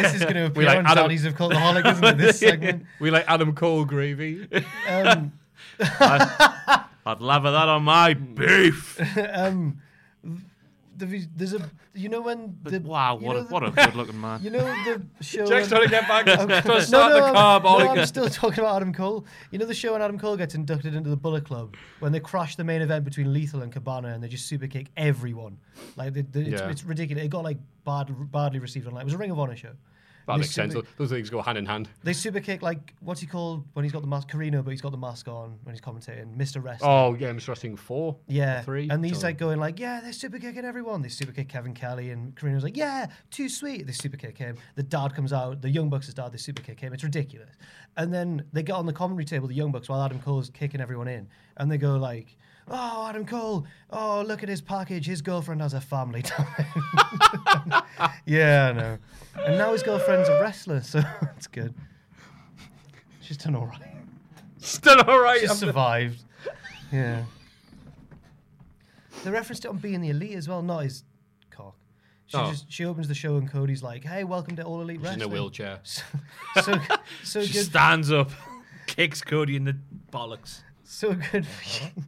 C: This is going to appear
B: like
C: on
B: Adam-
C: Daddies of Cultaholic, isn't it? This segment.
B: We like Adam Cole gravy.
C: Um,
D: I'd lather that on my beef.
C: the, vis- there's a, you know when
D: But
C: the
D: wow,
C: you
D: what
C: know
D: a,
C: the-
D: what a good looking man.
C: you know the show.
B: Jack's
C: when-
B: trying to get back. He's trying to
C: No,
B: start
C: no,
B: the
C: I'm-
B: car.
C: no,
B: Ollie.
C: I'm still talking about Adam Cole. You know the show when Adam Cole gets inducted into the Bullet Club when they crash the main event between Lethal and Cabana and they just super kick everyone. Like they, they, it's,
B: Yeah.
C: it's ridiculous. It got like bad, badly received online. It was a Ring of Honor show.
B: That
C: And they
B: makes sense.
C: super-
B: Those those things go hand in hand.
C: They super kick like what's he called when he's got the mask? Carino, but he's got the mask on when he's commentating. Mr. Wrestling.
B: Oh yeah, Mr. Wrestling four.
C: Yeah,
B: three.
C: and these
B: so-
C: like going like, yeah, they're super kicking everyone. They super kick Kevin Kelly and Karina's like, yeah, too sweet. They super kick him. The dad comes out. The Young Bucks' dad. They super kick him. It's ridiculous. And then they get on the commentary table, the Young Bucks, while Adam Cole's kicking everyone in, and they go like, oh, Adam Cole, oh, look at his package. His girlfriend has a family. yeah, I know. And now his girlfriend's a wrestler, so it's good. She's done all right.
B: still all right.
C: Just
B: I'm-
C: survived. Yeah. They referenced it on being the elite as well, not his cock. She
B: Oh.
C: just she opens the show and Cody's like, "Hey, welcome to All Elite
B: She's in
C: Wrestling."
B: a wheelchair.
C: So, so, so
D: She
C: good,
D: stands up, kicks Cody in the bollocks.
C: so good, for you-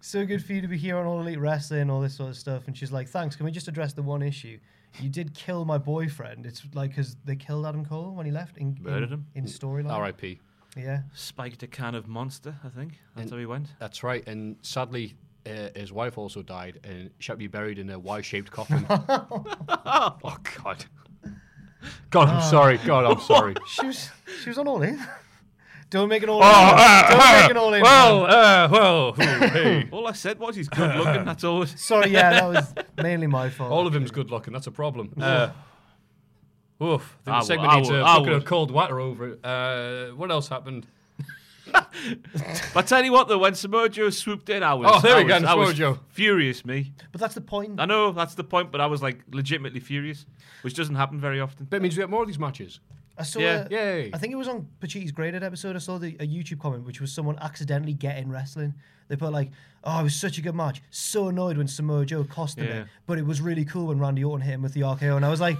C: so good for you to be here on All Elite Wrestling, all this sort of stuff. And she's like, "Thanks. Can we just address the one issue? You did kill my boyfriend. It's like because they killed Adam Cole when he left in
D: Murdered
C: in,
D: him?
C: in storyline.
B: R.I.P.
C: Yeah.
D: Spiked a can of monster, I think. That's how he went.
B: That's right. And sadly, uh, his wife also died, and shall be buried in a Y-shaped coffin. oh God. God, I'm
C: Ah.
B: sorry. God, I'm sorry.
C: She was she was on All In. Don't make it all. in.
B: Oh,
C: Don't make it all in.
B: well, uh, well, who- hey.
D: All I said was he's good looking. That's all.
C: Sorry, yeah, that was mainly my fault.
B: all of him's good looking. That's a problem. Uh, oof. I think
D: I
B: the segment
D: would- I
B: needs
D: would-
B: a
D: I
B: bucket of
D: would.
B: cold water over it. Uh, what else happened?
D: But I tell you what, though, when Samojo swooped in, I was
B: Oh, there
D: I
B: we go,
D: was- I was
B: Samojo.
D: furious. Me,
C: But that's the point.
D: I know that's the point, but I was like legitimately furious, which doesn't happen very often.
B: That means we have more of these matches.
C: I saw.
D: Yeah.
C: a-
B: Yay.
C: I think it was on Pachiti's graded episode. I saw the, a YouTube comment which was someone accidentally getting wrestling. They put like, "Oh, it was such a good match. So annoyed when Samoa Joe cost him
D: Yeah.
C: it, but it was really cool when Randy Orton hit him with the RKO." And I was like,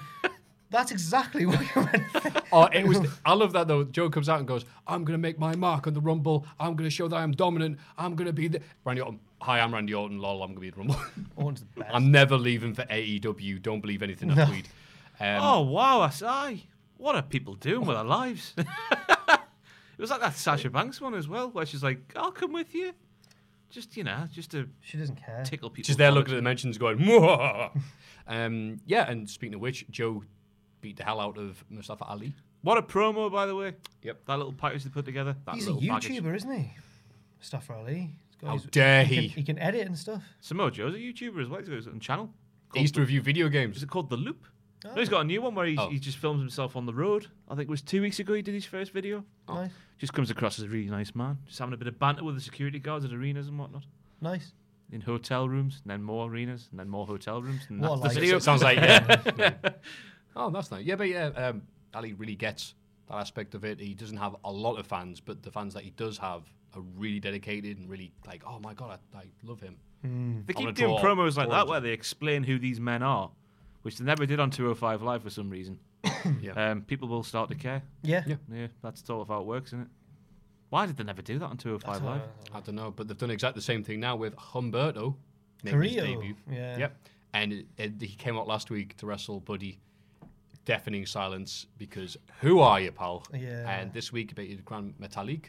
C: "That's exactly what you meant."
B: Oh, it was. I love that though. Joe comes out and goes, "I'm going to make my mark on the Rumble. I'm going to show that I'm dominant. I'm going to be the Randy Orton. Hi, I'm Randy Orton. Lol, I'm going to be the Rumble.
C: Orton's the best.
B: I'm never leaving for AEW. Don't believe anything I tweet. Um,
D: Oh wow, I say, what are people doing with their lives? it was like that Sasha Banks one as well, where she's like, "I'll come with you," just you know, just to
C: She doesn't care.
D: tickle people.
B: She's there looking at the mentions, going, "Mwah." um, yeah. And speaking of which, Joe beat the hell out of Mustafa Ali.
D: What a promo, by the way.
B: Yep.
D: That little package they put together. That
C: He's a
D: little
C: YouTuber,
D: package.
C: isn't he? Mustafa Ali. He's got
B: How
C: his-
B: dare
C: he?
B: he.
C: Can, he can edit and stuff.
D: Samoa Joe's a YouTuber as well. He's got his own channel.
B: He used to review video
D: Is
B: games.
D: it called The Loop? No, he's got a new one where he,
B: Ah. Oh.
D: he just films himself on the road. I think it was two weeks ago he did his first video.
C: Nice,
D: Just comes across as a really nice man. Just having a bit of banter with the security guards at arenas and whatnot.
C: nice.
D: In hotel rooms, and then more arenas, and then more hotel rooms. And
C: What
D: that's
C: a life.
D: the video.
B: It sounds like yeah. oh, that's nice. Yeah, but yeah, um, Ali really gets that aspect of it. He doesn't have a lot of fans, but the fans that he does have are really dedicated and really like, oh my god, I, I love him.
D: They
B: on a
D: keep doing
B: draw-
D: promos like that
B: drawings.
D: where they explain who these men are, which they never did on 205 Live for some reason.
B: Yeah.
D: um, people will start to care.
C: Yeah.
B: Yeah.
D: Yeah, that's sort of how it works, isn't it? Why did they never do that on 205 Live?
B: I don't know, but they've done exactly the same thing now with Humberto making his
C: Carrillo,
B: debut.
C: yeah.
B: Yep. And it, it- he came out last week to wrestle Buddy. deafening silence because who are you, pal?
C: Yeah.
B: And this week, about your Grand Metalik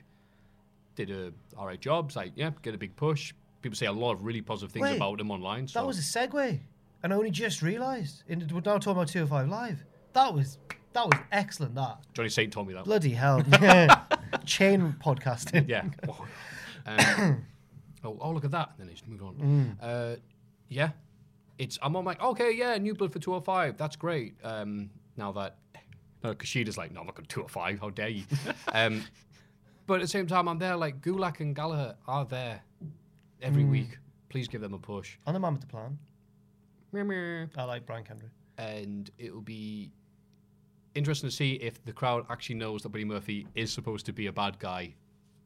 B: did a all right job. It's like, yeah, get a big push. People say a lot of really positive things
C: Wait,
B: about him online. So
C: That was a segue, and I only just realised. And We're now talking about 205 Live. That was that was excellent. That
B: Johnny Saint told me that.
C: bloody hell, chain podcasting.
B: Yeah. Oh. um, oh, oh, look at that. And then he's moved on. Uh, yeah. It's I'm on like, okay, yeah, new blood for 205. That's great. Um, now that no, Kushida's like, no, I'm not going to 205. How dare you? um, but at the same time, I'm there like Gulak and Gallagher are there every week. Please give them a push.
C: And the man with the plan.
B: Meow, meow.
C: I like Brian Kendrick.
B: And it'll be interesting to see if the crowd actually knows that Buddy Murphy is supposed to be a bad guy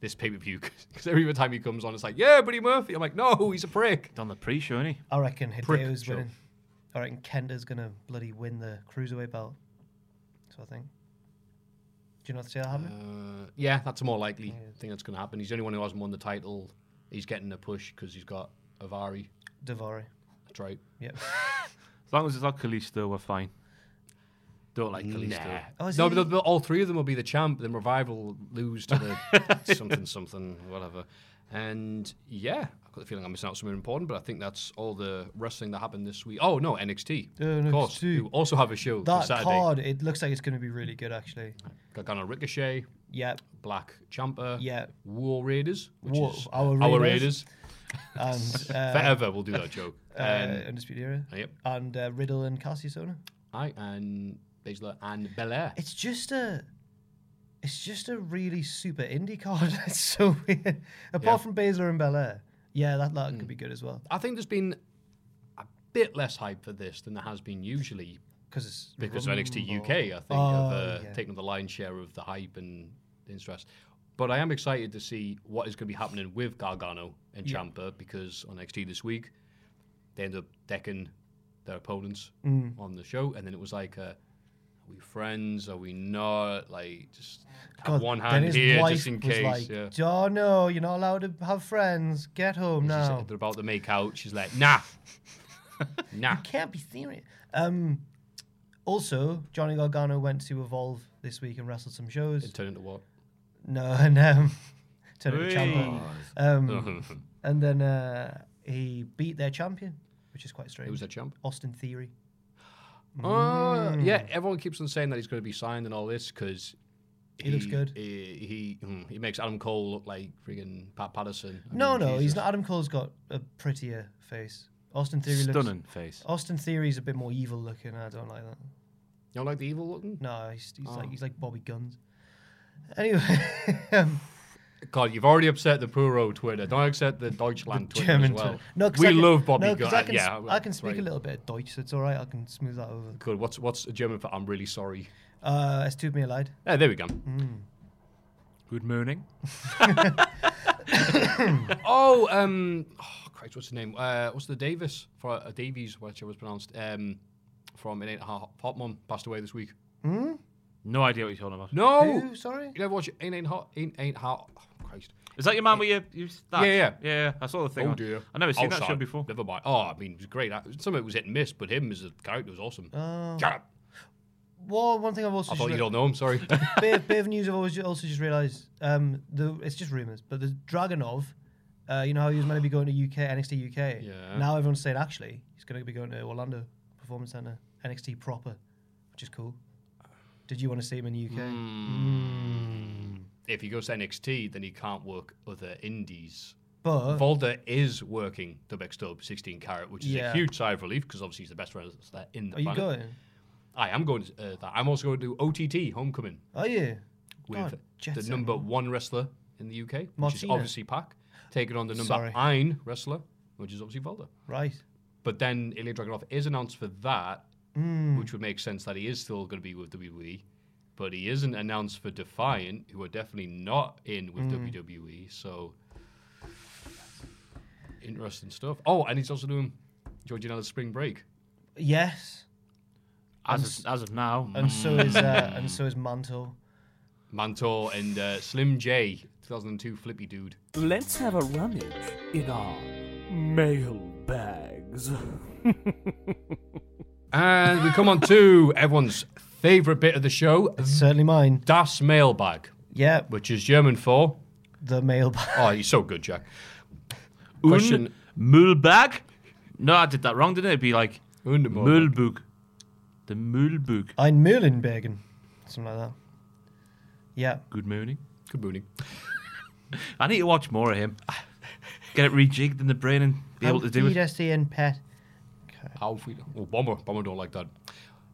B: this pay per view. Because every time he comes on, it's like, yeah, Buddy Murphy. I'm like, no, he's a prick.
D: Done the pre-show, ain't he?
C: I reckon
B: Prick
C: Hideo's
B: show.
C: winning. I reckon Kenta's gonna bloody win the cruiserweight belt. So I think. Do you not see that happening?
B: Uh, yeah, that's a more likely thing that's going to happen. He's the only one who hasn't won the title. He's getting a push because he's got Avari.
C: Davari.
B: That's right.
C: Yep.
D: As long as it's not Kalisto, we're fine. Don't like Kalisto.
C: Oh, is
B: no,
C: he-
B: but, but all three of them will be the champ. Then Revival will lose to the something, something, whatever. And yeah, I've got the feeling I'm missing out on something important, but I think that's all the wrestling that happened this week. Oh, no, NXT. Of course.
C: NXT.
B: Who also have a show this
C: That
B: Saturday.
C: card, it looks like it's gonna be really good actually.
B: Gargano Ricochet,
C: Yep.
B: Black Champa,
C: Yeah.
B: War Raiders, which
C: War-
B: is uh,
C: our
B: Our
C: Raiders.
B: Raiders.
C: And uh,
B: Forever, we'll do that joke.
C: uh,
B: and,
C: Undisputed Era.
B: yep.
C: And uh, Riddle and Cassius Ohno.
B: I and Baszler and Belair.
C: It's just a it's just a really super indie card. it's so weird. Apart from Baszler and Belair. Yeah, that, that
B: Hmm.
C: could be good as well.
B: I think there's been a bit less hype for this than there has been usually
C: Because it's
B: because of NXT UK, I think, have
C: Oh,
B: uh, taken up the lion's share of the hype and interest. But I am excited to see what is going to be happening with Gargano and Champa because on NXT this week they end up decking their opponents
C: Mm.
B: on the show, and then it was like, uh, "Are we friends? Are we not?" Like just have
C: God,
B: one
C: then
B: hand
C: his
B: here
C: wife
B: just in
C: was
B: case.
C: Like,
B: yeah.
C: "Oh, no, you're not allowed to have friends. Get home
B: She
C: now.
B: said They're about to make out. She's like, "Nah, nah."
C: Can't be serious. Um, also, Johnny Gargano went to Evolve this week and wrestled some shows.
B: It turned into what?
C: no, and um, turned into champion. Um, and then uh, he beat their champion, which is quite strange.
B: It was a jump.
C: Austin Theory.
B: Oh,
C: Mm.
B: yeah. Everyone keeps on saying that he's going to be signed and all this because
C: He looks good.
B: He he, mm, he makes Adam Cole look like friggin' Pat Patterson. I
C: no,
B: mean,
C: no, he's
B: Jesus.
C: not. Adam Cole's got a prettier face. Austin Theory
D: Stunning
C: looks. Oh.
D: face.
C: Austin Theory's a bit more evil looking. I don't like that.
B: You don't like the evil looking?
C: No, he's, he's
B: Oh.
C: like he's like Bobby Guns. Anyway, um,
B: God, you've already upset the Puro Twitter. Don't upset the Deutschland Twitter
C: German
B: as well.
C: Twitter. No, 'cause
B: we
C: I can-
B: love Bobby.
C: no,
B: Gu-
C: 'cause
B: uh,
C: I can,
B: yeah,
C: s- I can speak
B: right.
C: a little bit of Deutsch, so it's all right. I can smooth that over.
B: Good. What's what's German for I'm really sorry?
C: Uh, es tut mir leid.
B: Ah, there we go.
C: Mm.
D: Good morning.
B: Oh, um, oh, Christ, what's the name? Uh, what's the Davis for uh, Davies, whichever was pronounced, um, from It Ain't a Hot Hot Mum passed away this week.
D: No idea what you're talking about.
B: No,
C: Who? Sorry.
B: you never watch It Ain't Ain't Hot Ain't Ain't Hot. Oh, Christ.
D: Is that your man with your, your stash?
B: Yeah, yeah.
D: yeah. I saw the thing.
B: oh
D: on.
B: dear.
D: I never seen that show
B: Outside.
D: before.
B: Never mind. Oh, I mean, it was great. I- Some of it was hit and miss, but him as a character was awesome. Shut up.
C: Uh, Well, one thing I've also
B: I thought
C: just
B: you don't
C: rea-
B: know him. Sorry.
C: bit, of- bit of news I've always ju- also just realised. Um, the it's just rumours, but the Dragonov, uh, you know how he was meant to be going to UK NXT UK.
B: Yeah.
C: Now everyone's saying actually he's going to be going to Orlando Performance Centre NXT proper, which is cool. Did you want to see him in the UK?
B: Hmm. Mm. if he goes to NXT, then he can't work other indies.
C: But
B: Volda is working WX Dub 16 carat, which is
C: Yeah.
B: a huge sigh of relief because obviously he's the best wrestler in the
C: are you
B: planet.
C: going?
B: I am going to uh, that. I'm also going to do OTT Homecoming
C: Are you? God,
B: with
C: jet
B: the
C: set,
B: number one wrestler in the UK, which is
C: Martina.
B: obviously Pac, taking on the number
C: Sorry.
B: nine wrestler, which is obviously Volda.
C: Right.
B: But then Ilya Dragunov is announced for that, which would make sense that he is still going to be with WWE. But he isn't announced for Defiant, who are definitely not in with WWE. So interesting stuff. Oh, and he's also doing Georgiana's Spring Break.
C: Yes.
D: As of, as of now,
B: Mm.
C: And so is uh, and so is Mantle.
B: Mantor and uh, Slim J, 2002 Flippy Dude.
A: Let's have a rummage in our mail bags.
B: And we come on to everyone's favourite bit of the show,
C: Certainly mine.
B: Das Mailbag,
C: Yeah,
B: which is German for.
C: the mailbag.
B: Oh, you're so good, Jack.
D: Un
B: Question-
D: Müllbag? No, I did that wrong, didn't it? It'd be like
B: Wunderbar.
D: Müllbug. The Müllbug.
C: Ein Mühlenbergen. Something like that. Yeah.
D: Good morning.
B: Good morning.
D: I need to watch more of him. Get it rejigged in the brain and be able to do it.
C: and pet.
B: How we, oh, Bomber. Bomber don't like that.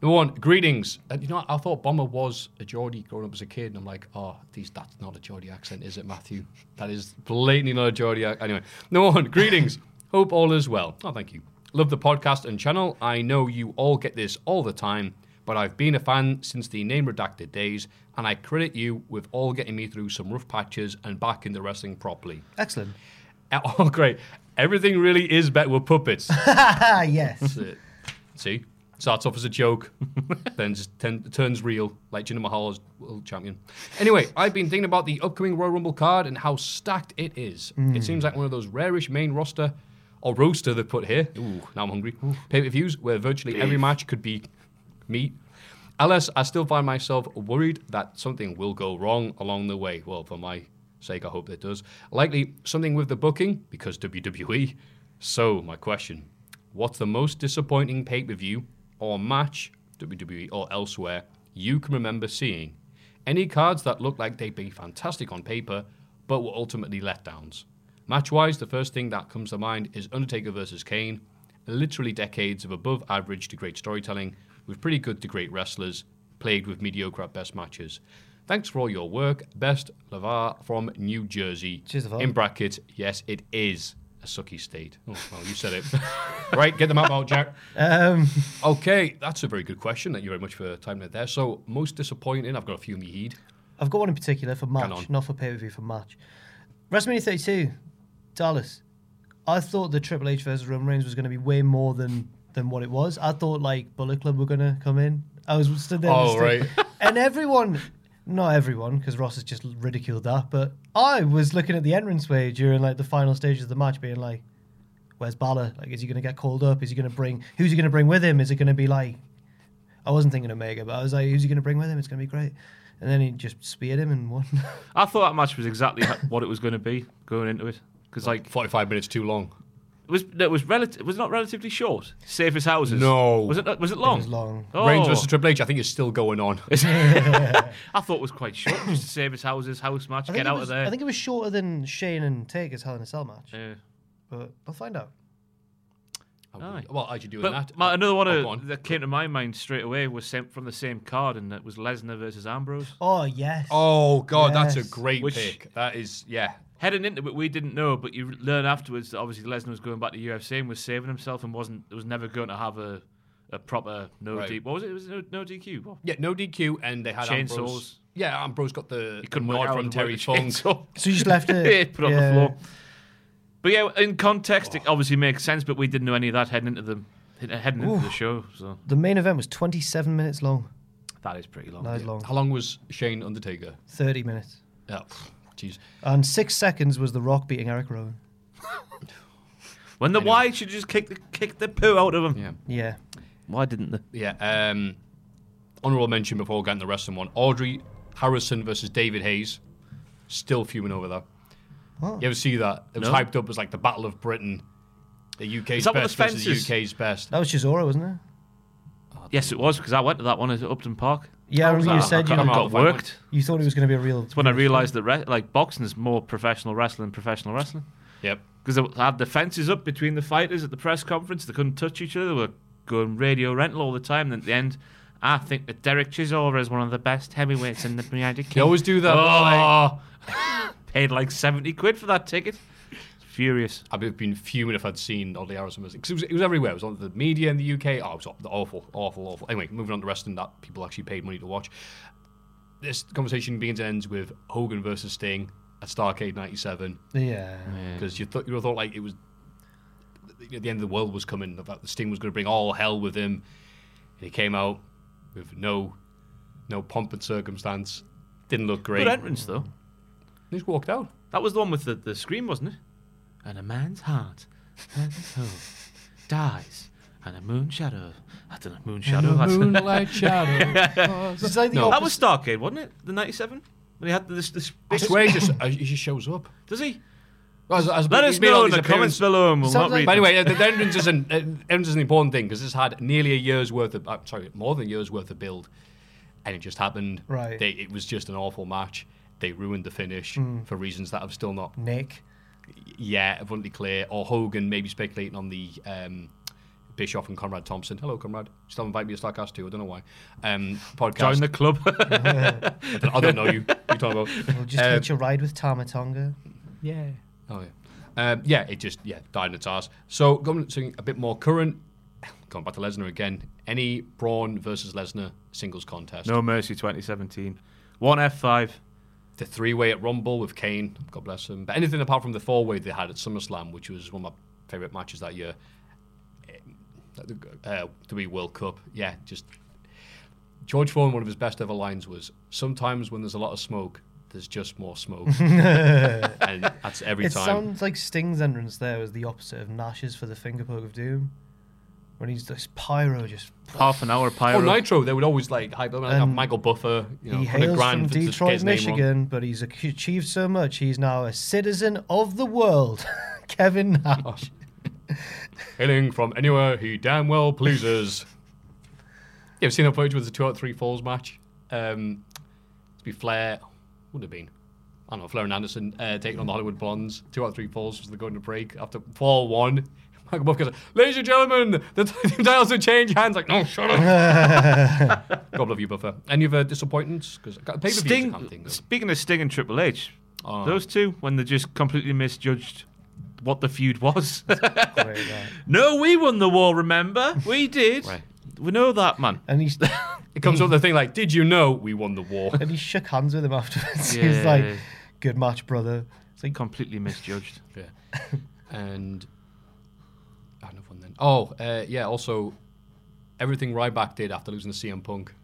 B: Number one, greetings. And you know, what? I thought Bomber was a Geordie growing up as a kid, and I'm like, oh, these, that's not a Geordie accent, is it, Matthew? That is blatantly not a Geordie accent. Anyway, number one, greetings. Hope all is well. Oh, thank you. Love the podcast and channel. I know you all get this all the time, but I've been a fan since the name redacted days, and I credit you with all getting me through some rough patches and back into wrestling properly.
C: Excellent.
B: Oh, great. Everything really is better with puppets.
C: Ah, yes.
B: That's it. See, starts off as a joke, then just ten, turns real, like Jinder Mahal's world champion. Anyway, I've been thinking about the upcoming Royal Rumble card and how stacked it is. It seems like one of those rarish main roster or roaster they put here. Ooh, now I'm hungry. Pay per views where virtually every match could be meat. Alas, I still find myself worried that something will go wrong along the way. Well, for my sake, I hope it does. Likely something with the booking, because WWE. So, my question What's the most disappointing pay per view or match, WWE or elsewhere, you can remember seeing? Any cards that look like they'd be fantastic on paper, but were ultimately letdowns? Match wise, the first thing that comes to mind is Undertaker versus Kane. Literally decades of above average to great storytelling with pretty good to great wrestlers, plagued with mediocre at best matches. Thanks for all your work. Best Lavar from New Jersey.
C: Cheers, Lavar.
B: In brackets, yes, it is a sucky state. Oh, well, you said it. right, get the map out, Jack.
C: Um,
B: Okay, that's a very good question. Thank you very much for timing it there. So, most disappointing, I've got a few in my heed.
C: I've got one in particular for
B: on.
C: match, not for pay per view, for match. WrestleMania 32, Dallas. I thought the Triple H versus Roman Reigns was going to be way more than than what it was. I thought like Bullet Club were going to come in. I was stood there.
B: Oh,
C: listening.
B: right.
C: And everyone, not everyone, because Ross has just ridiculed that, but I was looking at the entranceway during like the final stages of the match, being like, "Where's Balor? Like, is he going to get called up? Is he going to bring? Who's he going to bring with him? Is it going to be like I wasn't thinking Omega, but I was like, who's he going to bring with him? It's going to be great. And then he just speared him and won.
D: I thought that match was exactly ha- what it was going to be going into it. Because, like,
B: 45 minutes too long.
D: it was no, it was relative. Was it not relatively short. Safest houses.
B: No.
D: Was it? not- Was it long?
C: It was long.
D: Oh.
B: Reigns versus Triple H, I think, is still going on.
D: I thought it was quite short. Just Safest houses, house match,
C: I think
D: get
C: it
D: out
C: was-
D: of there.
C: I think it was shorter than Shane and Taker's Hell in a Cell match,
D: Yeah.
C: but we'll find out.
D: Aye.
B: Well, as you do in
D: But
B: that.
D: my, another one
B: oh,
D: uh,
B: go on.
D: that came to my mind straight away was sent from the same card, and that was Lesnar versus Ambrose.
C: Oh yes.
B: Oh god, that's a
C: Yes.
B: great
D: Which-
B: pick. That is yeah.
D: Heading into it, we didn't know, but you learn afterwards that obviously Lesnar was going back to UFC and was saving himself and wasn't was never going to have a, a proper no
B: Right.
D: D. What was it? It was no, no DQ. What?
B: Yeah, no DQ, and they had
D: Chainsaws.
B: Ambrose. Yeah, Ambrose got the
D: He couldn't
B: the
D: work
B: nod
D: out
B: from
D: how to
B: Terry
D: work the
B: Funk.
D: chainsaw.
C: So you just left it.
D: put it on
C: Yeah.
D: the floor. But yeah, in context, it obviously makes sense. But we didn't know any of that heading into the heading into the show. So
C: The main event was 27 minutes long.
D: that is pretty long.
C: That was long.
B: How long was Shane Undertaker?
C: 30 minutes.
B: Yeah, jeez.
C: And six seconds was The Rock beating Eric Rowan.
D: When the why should just kick the kick the poo out of him.
B: Yeah.
C: Yeah.
D: Why didn't the
B: Yeah. Um, honorable mention before getting the rest of one: Audrey Harrison versus David Hayes. Still fuming over that. You ever see that? It was
D: No.
B: hyped up as like the Battle of Britain, the UK's
D: Is that what
B: best
D: the
B: versus the
D: fence is? Uh,
B: UK's best.
C: That was Chisora, wasn't it?
D: Yes, it was because I went to that one at Upton Park.
C: Yeah, I
D: was
C: remember you
D: that?
C: said
D: I
C: you-
D: got, I
B: Come
D: got
B: on, find one.
D: worked.
C: You thought it was going to be a real.
D: It's when I realised that re- like boxing is more professional wrestling than professional wrestling
B: Yep.
D: because they had the fences up between the fighters at the press conference. They couldn't touch each other. They were going radio rental all the time. And at the end, I think that Derek Chisora is one of the best heavyweights in the United Kingdom.
B: They always do that.
D: Oh, paid like seventy quid for that ticket. Furious.
B: I'd have been fuming if I'd seen all the Harrison music. 'Cause it was, it was everywhere. It was on the media in the UK. Oh, it was aw- awful, awful, awful. Anyway, moving on to wrestling that people actually paid money to watch. This conversation begins and ends with Hogan versus Sting at Starcade 97
C: Yeah.
B: because you thought you thought like it was you know, the end of the world was coming. That Sting was going to bring all hell with him, and he came out with no no pomp and circumstance. Didn't look great.
D: Good entrance though.
B: He just walked out.
D: That was the one with the, the scream, wasn't it? And a man's heart and his home dies and a moon shadow. I don't know, moon shadow. that's-
B: Moonlight shadow.
C: It's like the
B: No.
D: that was Starcade, wasn't it? The 97? When he had this. this
B: I swear he just, uh, he just shows up.
D: Does he?
B: As- as-
D: Let
B: he's
D: us
B: made all
D: know in
B: these
D: the comments
B: appearances.
D: below and we'll
C: Sounds
D: not
C: like-
D: read
B: But
D: them.
B: anyway, uh, the the entrance is an uh, entrance is an important thing because it's had nearly a year's worth of, uh, sorry, more than a year's worth of build, and it just happened.
C: Right.
B: They, it was just an awful match. They ruined the finish for reasons that I've still not
C: Nick.
B: yeah abundantly clear. Or Hogan maybe speculating on the um, Bischoff and Conrad Thompson. Hello, Conrad. Still invite me to Starcast too. I don't know why. Um, podcast.
D: Join the club.
B: I, don't, I don't know you. You talking about?
C: We'll just
B: Um,
C: catch a ride with Tamatonga.
B: Yeah. Oh yeah. Um, yeah, it just yeah died in its ass. So going to something a bit more current, going back to Lesnar again. Any Braun versus Lesnar singles contest?
D: no Mercy 2017. One F5.
B: The three-way at Rumble with Kane, God bless him. But anything apart from the four-way they had at SummerSlam, which was one of my favorite matches that year. Uh, the Wii World Cup, yeah, just George Foreman. One of his best ever lines was, "Sometimes when there's a lot of smoke, there's just more smoke," and that's every
C: It
B: time.
C: sounds like Sting's entrance there was the opposite of Nash's for the finger poke of doom. When he's this pyro just
D: Half an hour of pyro.
B: Oh, Nitro, they would always like hype them. Like, have
C: And
B: Michael Buffer, you know,
C: he
B: 100
C: hails
B: grand
C: from
B: for- to get
C: Detroit,
B: his name wrong.
C: Michigan, but he's ac- achieved so much. He's now a citizen of the world. Kevin Nash.
B: Hailing from anywhere he damn well pleases. you ever seen that footage with the two out of three falls match? Um, to be Flair, would have been. I don't know, Flair and Anderson uh, taking on the Hollywood Blondes. Two out of three falls was the going to break after fall one. Michael Buffer goes, Ladies and gentlemen, the t- titles will change hands. Like, no, shut up. God love you, Buffer. Any other disappointments? Because pay-per-views I can't
D: Sting.
B: think of.
D: Speaking of Sting and Triple H,
B: Oh.
D: those two, when they just completely misjudged what the feud was.
C: Great guy.
D: no, we won the war, remember? We did.
B: Right.
D: We know that, man.
C: and he's
B: It comes up with the thing like, did you know we won the war?
C: and he shook hands with him afterwards. He
D: Yeah.
C: was like, "Good match, brother." It's like
D: Completely misjudged.
B: Yeah. and I have one then. Oh, uh, yeah. Also, everything Ryback did after losing to CM Punk.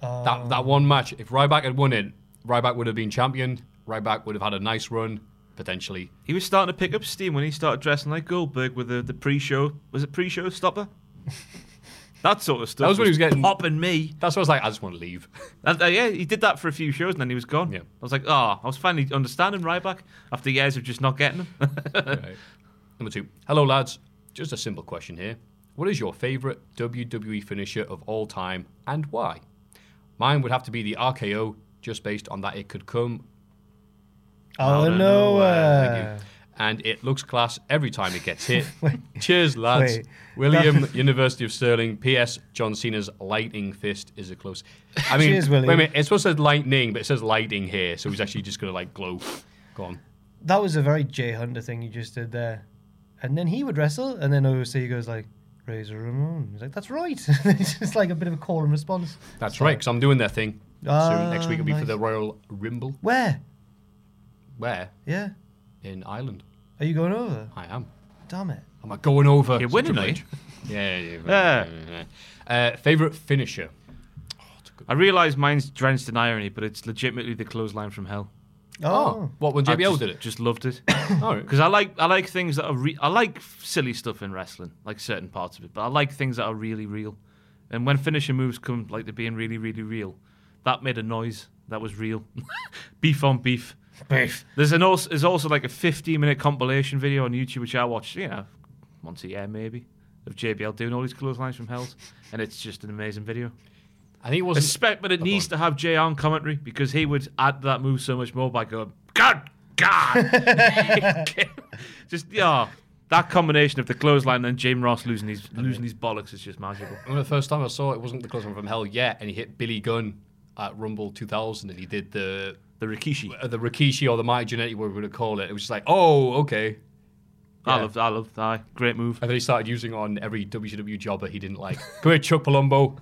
B: That that one match. If Ryback had won it, Ryback would have been champion. Ryback would have had a nice run potentially.
D: He was starting to pick up steam when he started dressing like Goldberg with the, the pre-show. Was it pre-show stopper? that sort of stuff.
B: was when he was getting-
D: popping me.
B: That's why I was like, I just want to leave.
D: And, uh, yeah, he did that for a few shows and then he was gone.
B: Yeah.
D: I was like, oh, I was finally understanding Ryback after years of just not getting him.
B: Number two. Hello, lads. Just a simple question here. What is your favorite WWE finisher of all time and why? Mine would have to be the RKO, just based on that it could come
C: out of nowhere.
B: uh, and it looks class every time it gets hit. Cheers, lads.
C: Wait.
B: William, University of Stirling. P.S. John Cena's lightning fist is a close. I mean,
C: Cheers, William.
B: wait a minute. It's supposed to say lightning, but it says lightning here, so he's actually just gonna like glow. Go on.
C: That was a very Jay Hunter thing you just did there. And then he would wrestle, and then OC goes like, "Razor Ramon." He's like, "That's right." it's just like a bit of a call and response.
B: That's right, because I'm doing their thing. so
C: Ah,
B: next week will be for
C: nice.
B: the Royal Rumble.
C: Where?
B: Where
C: Yeah.
B: in Ireland?
C: Are you going over?
B: I am.
C: Damn it.
B: Am I going over?
D: You're winning,
B: Triple
D: eh?
B: H. Yeah, yeah, yeah. Uh, favorite finisher.
D: I realise mine's drenched in irony, but it's legitimately the clothesline from hell.
B: Oh, what when
D: I
B: JBL
D: just,
B: did it?
D: Just loved it.
B: All right.
D: Because I like I like things that are re- I like silly stuff in wrestling, like certain parts of it, but I like things that are really real. And when finisher moves come like they're being really really real, that made a noise that was real. beef on beef.
C: Beef.
D: There's an also there's also like a 15 minute compilation video on YouTube which I watch, you know, once a year maybe, of JBL doing all these clotheslines from Hell's, and it's just an amazing video.
B: I think it was
D: Expect, but it needs to have Jay on commentary because he would add to that move so much more by going, God, God. just, yeah. That combination of the clothesline and Jim Ross losing his losing his bollocks is just magical.
B: I remember the first time I saw it, it wasn't the close one from hell yet, and he hit Billy Gunn at Rumble 2000, and he did the
D: The Rikishi.
B: uh, the Rikishi or the Mighty Genetti, whatever we're going to call it. It was just like, oh, okay.
D: I love, I love that. Great move.
B: And then he started using on every WCW jobber he didn't like. Come here, Chuck Palumbo.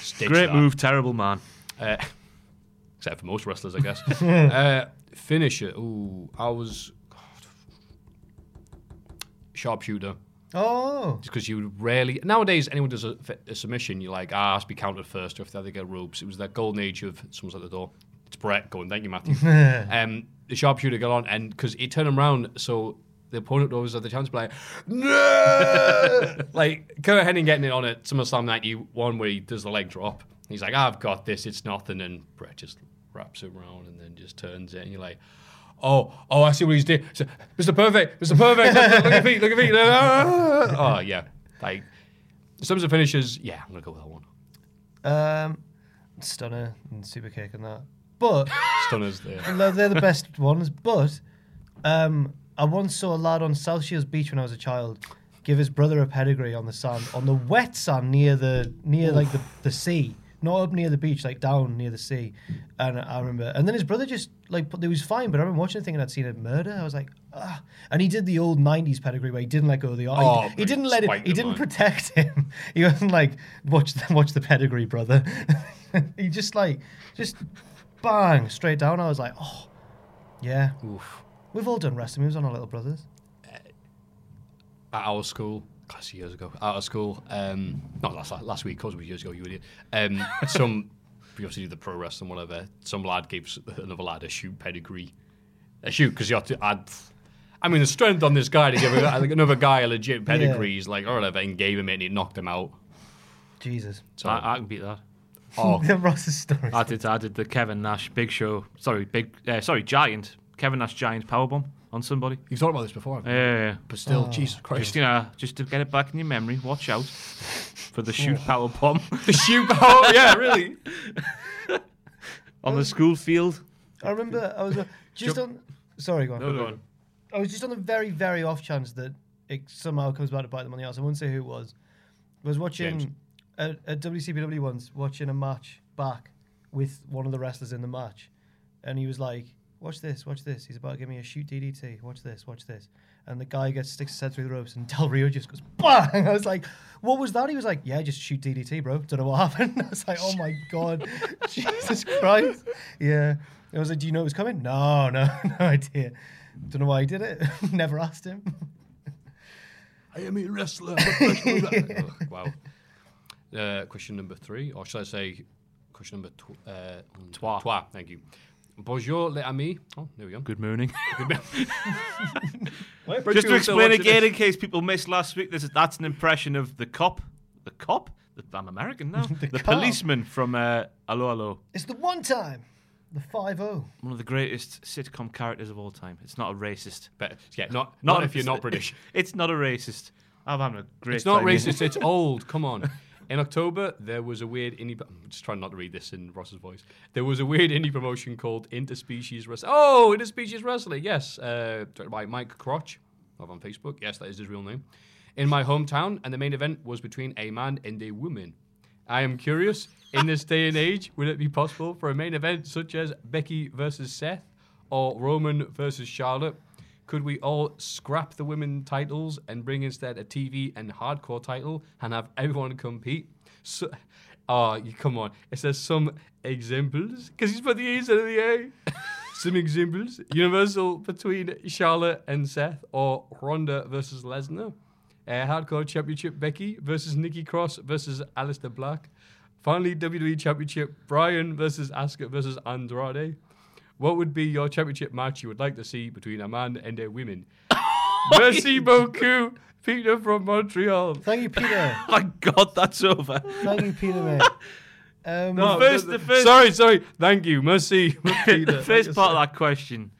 B: Stitch
D: Great
B: that.
D: move. Terrible man.
B: Except for most wrestlers, I guess. uh, finisher. Ooh, I was. God. Sharpshooter.
C: Oh.
B: because you rarely nowadays anyone does a, a submission you're like ah it has to be counted first or if they get ropes it was that golden age of someone's at the door it's Brett going thank you Matthew um, the sharpshooter got on and because he turned him round so the opponent would always have the chance to be like, no! like, Kurt Henning getting it on at SummerSlam 91 where he does the leg drop. He's like, I've got this, it's nothing. And Brett just wraps him around and then just turns it. And you're like, oh, oh, I see what he's doing. So, Mr. Perfect, Mr. Perfect, look, look at me, look at me. Ah! oh, yeah. Like, in terms of finishes, yeah, I'm going to go with that one.
C: Um, stunner and super kick and that. But
B: Stunners there.
C: Although they're the best ones. But um, I once saw a lad on South Shields Beach when I was a child give his brother a pedigree on the sand, on the wet sand near the near like the, the sea, not up near the beach, like down near the sea. And I remember, and then his brother just like put, he was fine, but I remember watching it thinking I'd seen a murder. I was like, ah. And he did the old '90s pedigree where he didn't let go of the arm.
B: Oh,
C: he,
B: mate,
C: didn't let it.
B: spiked
C: He
B: the
C: didn't
B: line.
C: protect him. He wasn't like watch the, watch the pedigree, brother. he just like just bang straight down. I was like, oh. Yeah. We've all done wrestling moves on our little brothers.
B: at our school, class years ago, at our school, um, not last last week, cause it was years ago, you idiot. Um, some we obviously do the pro wrestling, whatever. Some lad gives another lad a shoot pedigree, a shoot because you have to add. I mean, the strength on this guy to give a- like, another guy a legit pedigree. He's like, or whatever, and gave him it, and it knocked him out.
C: Jesus.
B: So,
D: I, I can beat that.
B: oh,
C: Ross's story.
D: I did. I did the Kevin Nash Big Show. Sorry, Big. Uh, sorry, Giant. Kevin Nash Giant powerbomb on somebody.
B: you've talked about this before,
D: Yeah, yeah, yeah.
B: but still, Jesus Christ,
D: Just you know, just to get it back in your memory. Watch out for the shoot powerbomb
B: the shoot. Oh, yeah, really.
D: on the school field.
C: I remember I was uh, just on. Sorry, go on.
D: No, go on.
C: I was just on the very, very off chance that it somehow comes back to bite them on the ass. I won't say who it was. I was watching at, at WCPW once, watching a match back with one of the wrestlers in the match, and he was like, "Watch this, watch this." He's about to give me a shoot DDT. Watch this, watch this. And the guy gets sticks his head through the ropes, and Del Rio just goes bang. I was like, "What was that?" He was like, "Yeah, just shoot DDT, bro." Don't know what happened. I was like, "Oh my god, Jesus Christ!" Yeah. I was like, "Do you know it was coming?" No, no, no idea. Don't know why he did it. Never asked him.
B: I am a wrestler. I'm a professional wrestler. Oh, wow. Uh, question number three, or should I say question number tw- uh,
D: Trois.
B: Trois, thank you. Bonjour, les amis. Oh, there we go.
D: Good morning.
B: Wait,
D: Just to explain again, in case people missed last week, this is, that's an impression of the cop. The cop? The, I'm American now. the
C: cop.
D: policeman from uh, Allo Allo.
C: It's the one time. The oh, 5 0.
D: One of the greatest sitcom characters of all time. It's not a racist.
B: But, yeah, not, not, if you're not British.
D: It's not a racist. I'm having a great
B: It's not
D: time here.
B: racist, it's old. Come on. In October, there was a weird indie. pro- I'm just trying not to read this in Ross's voice. There was a weird indie promotion called Interspecies Wrestling. Oh, Interspecies Wrestling, yes. Uh, directed by Mike Crotch, live on Facebook. Yes, that is his real name. In my hometown, and the main event was between a man and a woman. I am curious, in this day and age, would it be possible for a main event such as Becky versus Seth or Roman versus Charlotte? Could we all scrap the women titles and bring instead a TV and hardcore title and have everyone compete? So, ah, you come on. It says some examples because he's put the E instead of the A. some examples: Universal between Charlotte and Seth, or Ronda versus Lesnar. Uh, Hardcore Championship Becky versus Nikki Cross versus Alistair Black. Finally, WWE Championship Brian versus Asuka versus Andrade. What would be your championship match you would like to see between a man and a woman? Merci beaucoup, Peter from Montreal.
C: Thank you, Peter.
D: My God, that's over.
C: Thank you, Peter, mate. Um,
D: first- the first-
B: Sorry, sorry. Thank you. Merci,
D: the
B: Peter.
D: first part of that question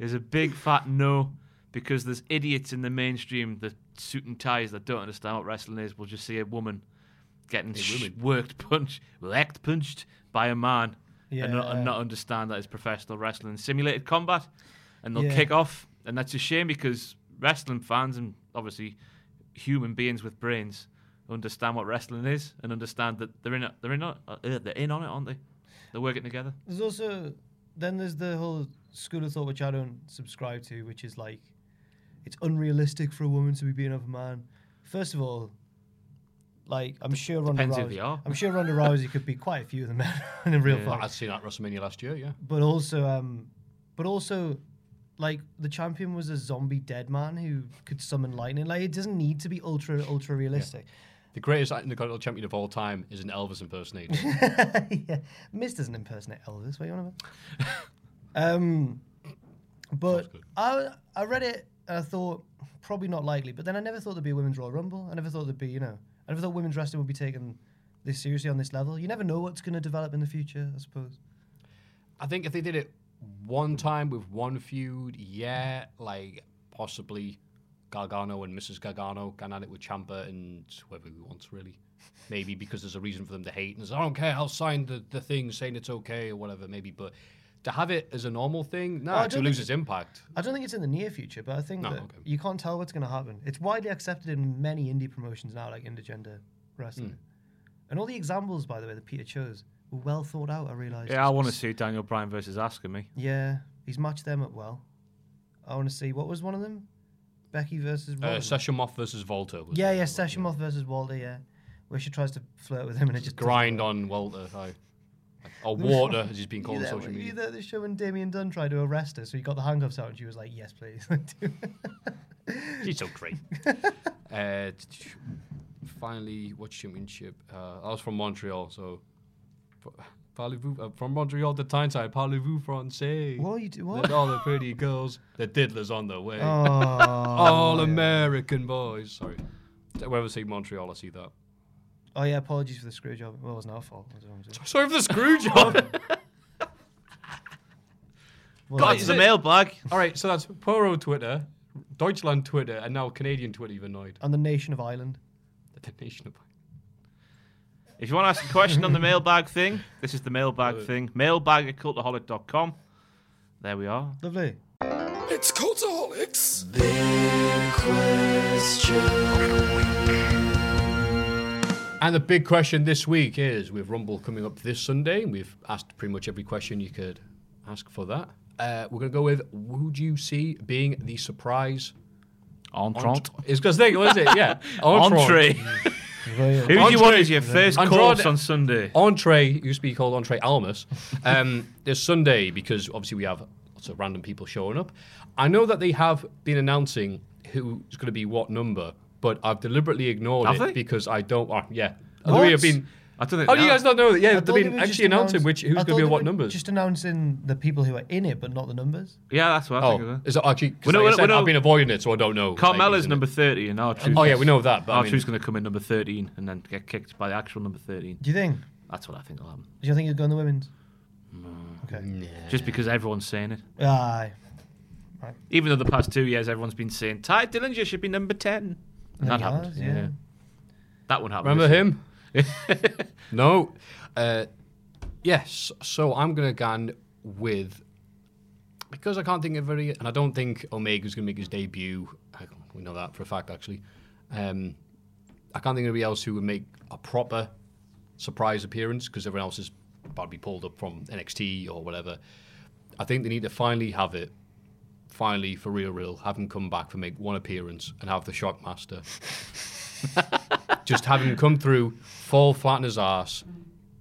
D: is a big fat no because there's idiots in the mainstream that suit and ties that don't understand what wrestling is will just see a woman getting sh-
B: woman.
D: worked punched wrecked punched by a man and, not,
C: Yeah.
D: and not understand that it's professional wrestling simulated combat and they'll
C: Yeah.
D: kick off and that's a shame because wrestling fans and obviously human beings with brains understand what wrestling is and understand that they're in it, they're in on, uh, they're in on it aren't they they're working together
C: There's also then there's the whole school of thought which I don't subscribe to, which is like it's unrealistic for a woman to be beating up a man. First of all, like I'm sure Ronda
D: depends who
C: Rousey,
D: they are.
C: I'm sure Ronda Rousey could beat quite a few of the men in a real
B: I've
C: fight.
B: seen that at WrestleMania last year, yeah.
C: But also, um, but also, like the champion was a zombie dead man who could summon lightning. Like it doesn't need to be ultra ultra realistic.
B: The greatest Intercontinental Champion of all time is an Elvis impersonator.
C: yeah, Miz doesn't impersonate Elvis. What are you on about? um, but I I read it and I thought probably not likely. But then I never thought there'd be a women's Royal Rumble. I never thought there'd be you know. I never thought women's wrestling would be taken this seriously on this level. You never know what's going to develop in the future. I suppose.
B: I think if they did it one time with one feud, yeah, like possibly Gargano and Mrs. Gargano can at it with Champa and whoever we want, really. Maybe because there's a reason for them to hate and say, I don't care, I'll sign the, the thing saying it's okay or whatever, maybe. But to have it as a normal thing,
C: Oh, I
B: nah, it
C: don't
B: loses
C: think-
B: impact.
C: I don't think it's in the near future, but I think
B: No,
C: that
B: okay.
C: you can't tell what's going to happen. It's widely accepted in many indie promotions now, like intergender wrestling.
B: Hmm.
C: And all the examples, by the way, that Peter chose were well thought out, I realised.
D: Yeah, I want to see Daniel Bryan versus Asuka, me.
C: Yeah, he's matched them up well. I want to see, what was one of them? Becky versus
B: Uh,
C: Walter.
B: Session Moff versus Volta. was
C: yeah,
B: the-
C: yeah, Seshamoth versus Walter, yeah. Where she tries to flirt with him and it just
B: Grind on Walter. Hi. Or Water, as he's been called on social media.
C: Either the show when Damien Dunn tried to arrest her, so he got the handcuffs out and she was like, yes, please.
B: She's so great. uh, t- t- finally, what championship? Uh, I was from Montreal, so. Parlez-vous, uh, from Montreal to Tyneside, parlez-vous français?
C: What you do- what?
B: There's all the pretty girls, the diddlers on the way.
C: oh.
B: all American boys. Sorry. Whenever I see Montreal, I see that.
C: oh, yeah, apologies for the screw job. Well, it wasn't our fault. It was-
B: Sorry for the screw job.
C: Well,
D: Got
B: is
D: to the
B: it?
D: mailbag.
B: all right, so that's Poro Twitter, Deutschland Twitter, and now Canadian Twitter you've annoyed.
C: and the nation of Ireland.
B: The nation of...
D: If you want to ask a question on the mailbag thing, this is the mailbag thing. Mailbag at cultaholic.com. There we are.
C: Lovely.
F: It's Cultaholics!
B: And the big question this week is with Rumble coming up this Sunday, we've asked pretty much every question you could ask for that. Uh, we're going to go with would you see being the surprise
D: Entrant.
B: Is because there you go, is it? Yeah. Entrant.
D: Entree. Who do you want as your first
B: Andrade-
D: course on Sunday?
B: Entree used to be called Entree Almas. Um, this Sunday, because obviously we have lots of random people showing up. I know that they have been announcing who's going to be what number, but I've deliberately ignored
D: Have
B: it
D: they?
B: because I don't. Uh, yeah.
D: What?
B: We have been.
D: I don't think
B: How Oh, do you
D: they
B: guys not know? that? Yeah,
C: I thought
B: they've
C: they
B: been
C: were just
B: actually announcing
C: announce-
B: which
C: I
B: who's
C: thought
B: going to
C: they
B: be what
C: were
B: numbers.
C: Just announcing the people who are in it, but not the numbers.
D: Yeah, that's what I think of
B: Oh,
D: it.
B: is it actually? 'cause
D: We know-
B: like I
D: we know-
B: said,
D: we know-
B: I've been avoiding it, so I don't know. like,
D: Carmella's
B: isn't it?
D: number 30, and R2.
B: Oh yeah, we know that. But I mean,
D: R2's going to come in number 13 and then get kicked by the actual number 13.
C: Do you think?
D: That's what I think will happen.
C: Do you think you'll go in the women's? Okay.
D: Just because everyone's saying it.
C: Aye.
D: Even though the past two years everyone's been saying, Ty Dillinger should be number 10. And that
C: he
D: happened.
C: has,
D: yeah.
C: yeah.
D: That one happened.
B: remember him? no. Uh, yes. So I'm going to gan with because I can't think of any, and I don't think Omega's going to make his debut. I, we know that for a fact, actually. Um, I can't think of anybody else who would make a proper surprise appearance because everyone else is about to be pulled up from NXT or whatever. I think they need to finally have it, finally for real, real, have him come back for make one appearance and have the Shockmaster. Just have him come through, fall flat on his ass,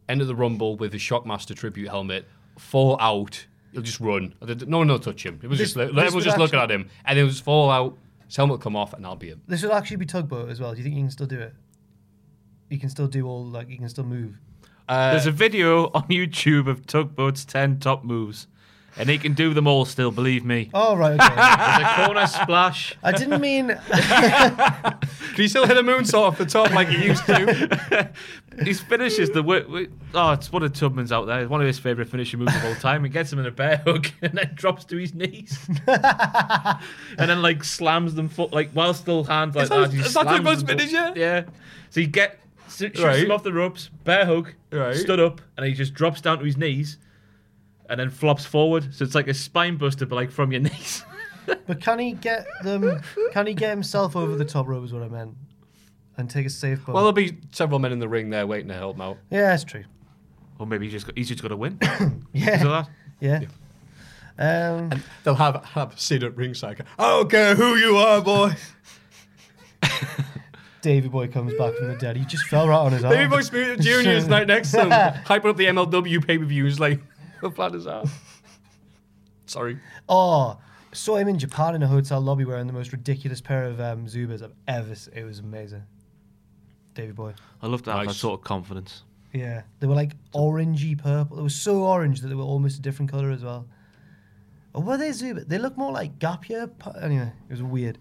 B: end of the rumble with his Shockmaster tribute helmet, fall out. He'll just run. No one will touch him. It was
C: This-
B: just like,
C: this
B: everyone's
C: would
B: just looking at
C: actually-
B: him, and he'll just fall out. His helmet will come off, and I'll be him.
C: This will actually be tugboat as well. Do you think you can still do it? You can still do all like you can still move.
D: There's
C: Uh,
D: a video on YouTube of Tugboat's 10 top moves, and he can do them all still, believe me.
C: Oh right. Okay.
D: There's a corner splash.
C: I didn't mean.
B: Can he still hit a moonsault off the top like he used to?
D: His finishes the work. Oh, it's one of Tubman's out there. It's one of his favourite finishing moves of all time. He gets him in a bear hook and then drops to his knees, and then like slams them foot like while still hands like
B: Is that-
D: that. he
B: is that
D: slams
B: Tubman's
D: them foot.
B: finisher?
D: Yeah. So he get so- shoots
B: Right.
D: him off the ropes, bear hook,
B: Right.
D: stood up, and he just drops down to his knees, and then flops forward. So it's like a spine buster, but like from your knees.
C: but can he get them? Can he get himself over the top rope? Is what I meant. And take a safe bump.
B: well, there'll be several men in the ring there waiting to help him out.
C: yeah, that's true.
D: or maybe he just got, he's just got to win.
C: Yeah.
D: So that.
C: Yeah. Um,
B: They'll have have Sid at ringside. I don't care who you are, boy.
C: Davy Boy comes back from the dead. He just fell right on his arm.
B: Baby Boy Smith Jr. is right next to him, hyping up the MLW pay per views like a flat as hell. Sorry.
C: Oh, saw him in Japan in a hotel lobby wearing the most ridiculous pair of um, Zubas I've ever seen. It was amazing. Davy Boy.
D: I love to have
B: Nice.
D: that sort of confidence.
C: Yeah. They were like orangey purple. They were so orange that they were almost a different colour as well. Or Oh, were they Zuba? They look more like gap year. pa- Anyway, it was weird.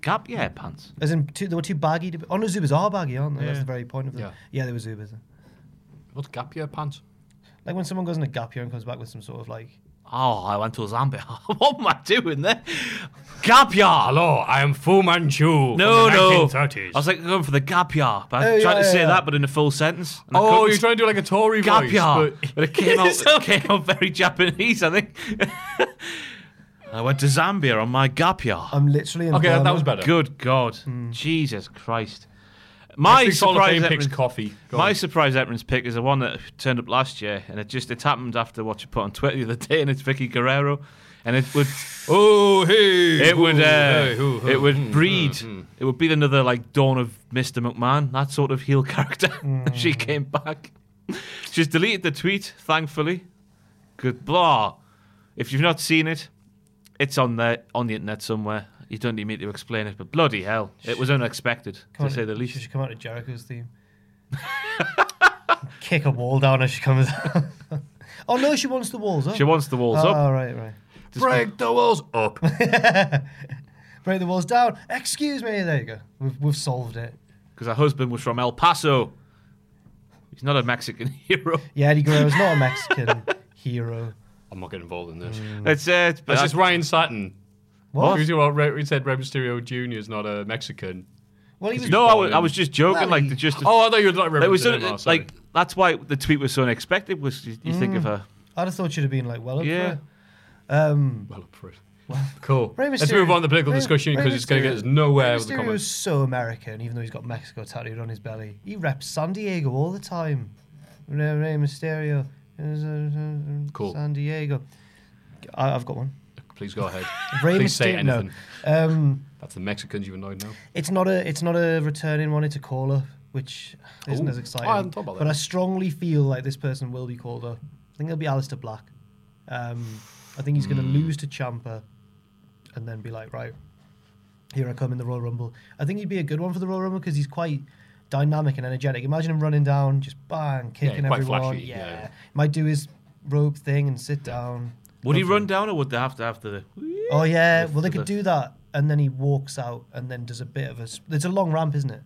D: Gap year pants.
C: As in, two, they were too baggy. To be, oh no, Zubas are baggy, aren't they? That's the very point of them.
B: Yeah.
C: Yeah, they were Zubas.
B: What's gap year pants?
C: Like when someone goes in a gap year and comes back with some sort of like
D: Oh, I went to Zambia. what am I doing there? Gap year.
B: Hello, I am Fu Manchu.
D: No,
B: from the
D: no.
B: 1930s.
D: I was like going for the gap year, but I
C: Oh,
D: tried
C: yeah,
D: to say
C: yeah.
D: that, but in a full sentence. and I
B: oh,
D: couldn't.
B: you're trying to do like a Tory
D: gap
B: voice.
D: year,
B: but-
D: but, it came out. it came out very Japanese, I think. I went to Zambia on my gap year.
C: I'm literally. In
B: okay, that, that
C: Burma.
B: was better.
D: Good God, Jesus Christ! My
B: Big Hall of
D: surprise
B: Fame picks
D: entrance-
B: coffee. Go
D: My
B: on.
D: surprise entrance pick is the one that turned up last year, and it just it happened after what you put on Twitter the other day, and it's Vicky Guerrero, and it would
B: Oh, hey.
D: it would
B: hoo,
D: uh,
B: hey, hoo, hoo,
D: it would
B: hmm,
D: breed
B: hmm, hmm.
D: it would be another like dawn of Mr. McMahon that sort of heel character.
B: Hmm.
D: she came back. She's deleted the tweet, thankfully. Good blah. If you've not seen it, it's on the on the internet somewhere. You don't need me to explain it, but bloody hell, it was unexpected
C: Come on,
D: to say the
C: She
D: least.
C: should come out to Jericho's theme. Kick a wall down as she comes out. oh no, she wants the walls up.
D: She wants the walls
C: oh,
D: up.
C: right, right.
B: break the walls up.
C: Break the walls down. Excuse me. There you go. We've, we've solved it.
D: because her husband was from El Paso. He's not a Mexican hero.
C: Yeah, Eddie Guerrero's not a Mexican hero.
B: I'm not getting involved in this.
D: It's uh, but
B: That's just Ryan Satin.
C: What?
B: You see what Re- we said Rey Mysterio Jr. is not a Mexican.
C: Well, he was
D: no, I wa- I was just joking.
C: Well,
D: like
C: he-
D: the just
B: Oh, I thought you would like Rey
D: it was
B: Mysterio.
D: uh,
B: oh, sorry.
D: like that's why the tweet was so unexpected. Was you, you think of her?
C: I'd have thought she'd have been like, well, up
D: Yeah.
C: yeah. Um,
B: well up for it. cool.
C: Rey
B: Let's
C: Mysterio-
B: move on to the political
C: Rey-
B: discussion
C: Rey
B: because it's going to get us
C: Mysterio-
B: nowhere
C: Rey
B: with the
C: Mysterio
B: comments.
C: is so American, even though he's got Mexico tattooed on his belly. He reps San Diego all the time. Rey Rey Mysterio. uh,
B: Cool.
C: San Diego. I, I've got one.
B: Please go ahead.
C: Rey
B: Please say
C: Mysterio-
B: anything.
C: No. Um,
B: That's the Mexicans you annoyed now.
C: it's not a it's not a returning one. It's a call up, which isn't
B: Ooh.
C: as exciting.
B: Oh, I hadn't thought about
C: but
B: that.
C: I strongly feel like this person will be called up. I think it'll be Alistair Black. Um, I think he's going to
B: Hmm.
C: lose to Champa, and then be like, right, here I come in the Royal Rumble. I think he'd be a good one for the Royal Rumble because he's quite dynamic and energetic. Imagine him running down, just bang, kicking
B: quite
C: everyone.
B: flashy,
C: yeah.
B: yeah.
C: might do his rope thing and sit down.
D: Would he run down, or would they have to have the?
C: Oh yeah, well they
D: for
C: could
D: the-
C: do that, and then he walks out and then does a bit of a. sp- It's a long ramp, isn't it?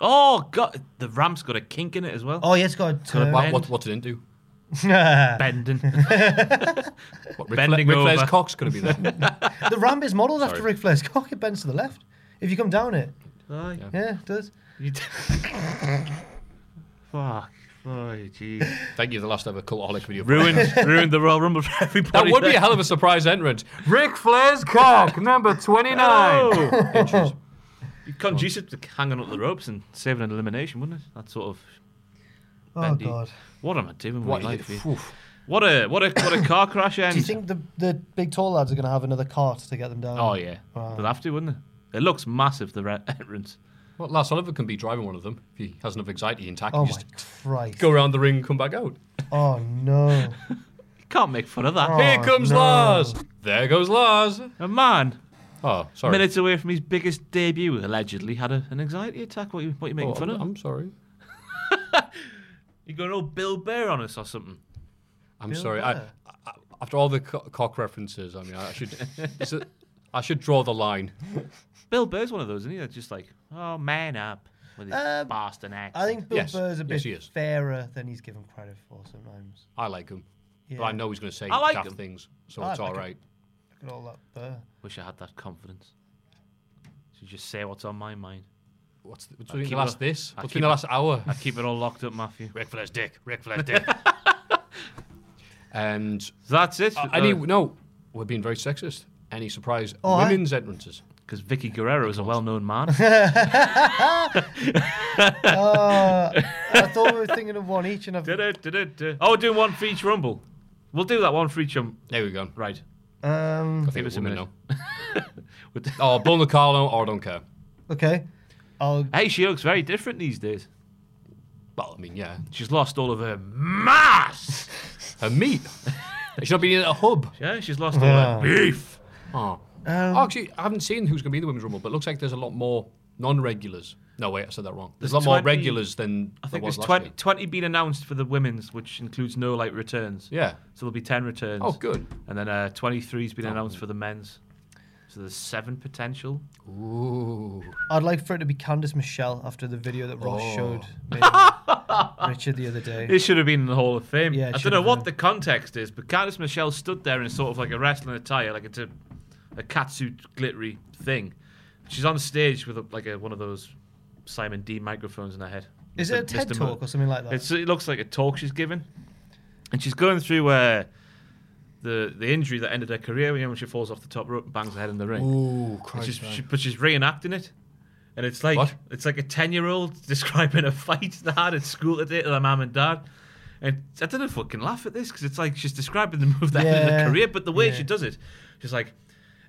D: Oh God, the ramp's got a kink in it as well.
C: Oh yeah, it's got a turn.
B: What,
D: bend.
B: what, what's it into?
D: Bending.
B: What, Ric
D: Bending
B: Flair- Ric Flair's
D: over.
B: cock's going to be there.
C: Uh, the ramp is modelled after Ric Flair's cock. It bends to the left. If you come down it,
D: Aye.
C: yeah, it does.
D: You d- Fuck. Oh, geez.
B: Thank you, the last ever cultaholic video.
D: ruined, ruined the Royal Rumble for
B: That
D: everybody.
B: would be
D: there.
B: a hell of a surprise entrance. Ric Flair's cock, number 29.
D: Oh.
B: Inches.
D: You'd conduce it to hanging up the ropes and saving an elimination, wouldn't it? That sort of.
C: Oh
D: bendy.
C: god.
D: What am I doing with
B: What,
D: my life? here?
B: oof.
D: What a what a what a car crash end.
C: Do you think the the big tall lads are going to have another cart to get them down?
D: Oh yeah, they'll have to, wouldn't they? It looks massive. The re- entrance.
B: Well, Lars Oliver can be driving one of them if he has enough anxiety intact.
C: Oh
B: he
C: my
B: just
C: Christ.
B: go around the ring and come back out.
C: Oh no.
D: You can't make fun of that.
C: Oh.
B: Here comes
C: no.
B: Lars. There goes Lars.
D: A man
B: Oh, sorry.
D: minutes away from his biggest debut allegedly had a, an anxiety attack. What you what you making
B: Oh,
D: fun
B: I'm,
D: of?
B: I'm sorry.
D: You going old Bill Bear on us or something?
B: I'm sorry. I, I, after all the co- cock references, I mean, I should, is it- I should draw the line.
D: Bill Bear's one of those, isn't he? That's just like oh man up with his Boston accent.
C: Um, I think Bill
B: Yes.
C: Burr's a
B: Yes,
C: bit
B: he is.
C: fairer than he's given credit for sometimes.
B: I like him, but
C: Yeah.
B: I know he's going to say
D: I like
B: daft
D: him.
B: things, so
C: I
B: it's
C: like
B: all
C: him.
B: right.
C: Look at all that Burr.
D: Wish I had that confidence. To just say what's on my mind.
B: What's the, what's been the
D: keep
B: last
D: it-
B: this?
D: I
B: What's
D: keep
B: been the
D: it-
B: last hour?
D: I keep it all locked up, Matthew.
B: Ric Flair's dick. Ric Flair's dick. and
D: So that's it.
B: uh, any no, we're being very sexist. Any surprise
C: Oh, I-
B: women's entrances?
D: Because Vicky Guerrero is a well-known man.
C: I thought we were thinking of one each, and I've.
D: Du-du-du-du-du. Oh, we're doing one for each Rumble. We'll do that one for each Rumble.
B: There we go.
D: Right.
C: Um,
B: Give us a minute.
D: With the-
B: Oh, Bon Carlo, or I don't care.
C: okay. I'll
D: hey, she looks very different these days.
B: Well, I mean, yeah,
D: She's lost all of her mass.
B: her meat. It should not be in a hub.
D: Yeah, she's lost all her beef. Um,
B: Oh. actually, I haven't seen who's going to be in the women's rumble, but it looks like there's a lot more non-regulars. No, wait, I said that wrong. There's,
D: There's
B: a lot more
D: 20
B: regulars than
D: I think
B: there was
D: there's
B: last
D: 20,
B: year.
D: 20 been announced for the women's, which includes no like returns.
B: Yeah.
D: So there'll be 10 returns.
B: Oh, good.
D: And then uh, 23's been announced for the men's. So there's seven potential.
C: I'd like for it to be Candice Michelle after the video that Ross
B: Oh.
C: showed me and Richard the other day.
D: It should have been in the Hall of Fame.
C: Yeah, it
D: I
C: should
D: don't know
C: have
D: what
C: been.
D: the context is, but Candice Michelle stood there in sort of like a wrestling attire, like it's a, a catsuit glittery thing. She's on stage with a, like a, one of those Simon D microphones in her head.
C: Is
D: Mr.
C: it a TED
D: Mr. Mo-
C: talk or something like that?
D: It's, it looks like a talk she's given, and she's going through uh, the the injury that ended her career. You know, when she falls off the top rope and bangs her head in the ring.
B: Ooh,
D: And
B: Christ.
D: she's, she, but she's reenacting it, and it's like
B: What?
D: it's like a ten year old describing a fight they had at school today to their mum and dad. And I don't know if I can laugh at this because it's like she's describing the move that ended
C: Yeah.
D: her career, but the way
C: Yeah.
D: she does it, she's like,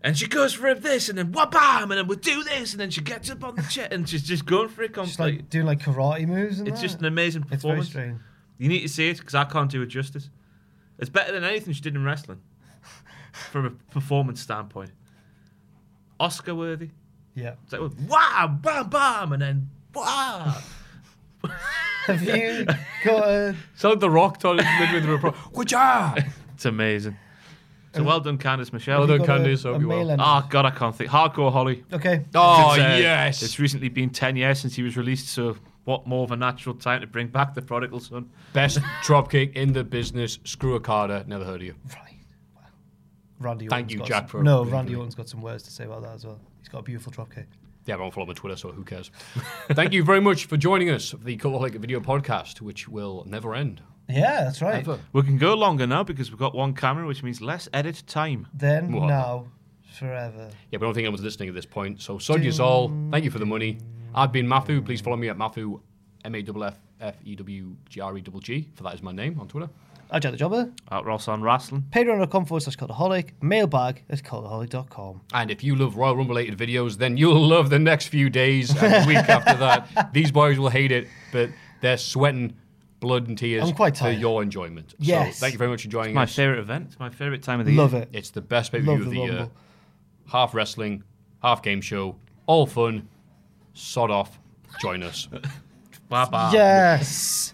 D: and she goes for this, and then wha-bam, and then we'll do this, and then she gets up on the chair, and she's just going for it
C: She's
D: completely.
C: like doing like karate moves and
D: it's
C: that.
D: just an amazing
C: It's very
D: performance.
C: strange.
D: You need to see it because I can't do it justice. It's better than anything she did in wrestling from a performance standpoint. Oscar worthy.
C: Yeah.
D: It's like, wow, bam, bam, and then wow.
C: Have you got a
B: Sound the rock told midway through a pro. Good job!
D: It's amazing. So well done, Candice Michelle.
B: Well done,
C: got a-
B: Candice, hope
C: a
B: you Ah. well.
C: mail in?
D: Oh, God, I can't think. Hardcore Holly.
C: Okay.
B: Oh,
D: It's, uh,
B: yes!
D: It's recently been 10 years since he was released, so what more of a natural time to bring back the prodigal son?
B: Best dropkick in the business. Screw a Carter. Never heard of you.
C: Right. Wow. Randy
B: Thank
C: Orton's
B: you,
C: got
B: Jack,
C: some-
B: for
C: No,
B: linking
C: Randy
B: me.
C: Orton's got some words to say about that as well. He's got a beautiful dropkick.
B: Yeah, I don't follow him on Twitter, so who cares? Thank you very much for joining us for the Cultaholic Video Podcast, which will never end.
C: Yeah, that's right.
B: Ever.
D: We can go longer now because we've got one camera, which means less edit time.
C: Then,
B: What?
C: now, forever.
B: Yeah, but I don't think anyone's listening at this point. So, sod yous all. Thank you for the money. I've been Matthew. Please follow me at Matthew, M A F F F E W G R E G G, for that is my name on Twitter.
C: I Jack the Jobber.
D: At Ross on Wrestling.
C: Patreon.com forward slash cultaholic. Mailbag at cultaholic.com.
B: And if you love Royal Rumble related videos, then you'll love the next few days and the week after that. These boys will hate it, but they're sweating blood and tears
C: I'm quite
B: for
C: tired.
B: your enjoyment.
C: Yes.
B: So thank you very much for joining
D: My
B: us.
D: favourite event. It's my favourite time of the
C: Love
D: year.
C: it.
B: It's the best pay per
C: Love
B: view of
C: the
B: the uh, year.
C: Rumble.
B: Half wrestling, half game show, all fun. Sod off. Join us.
D: Bye bye.
B: Ah.
C: Yes.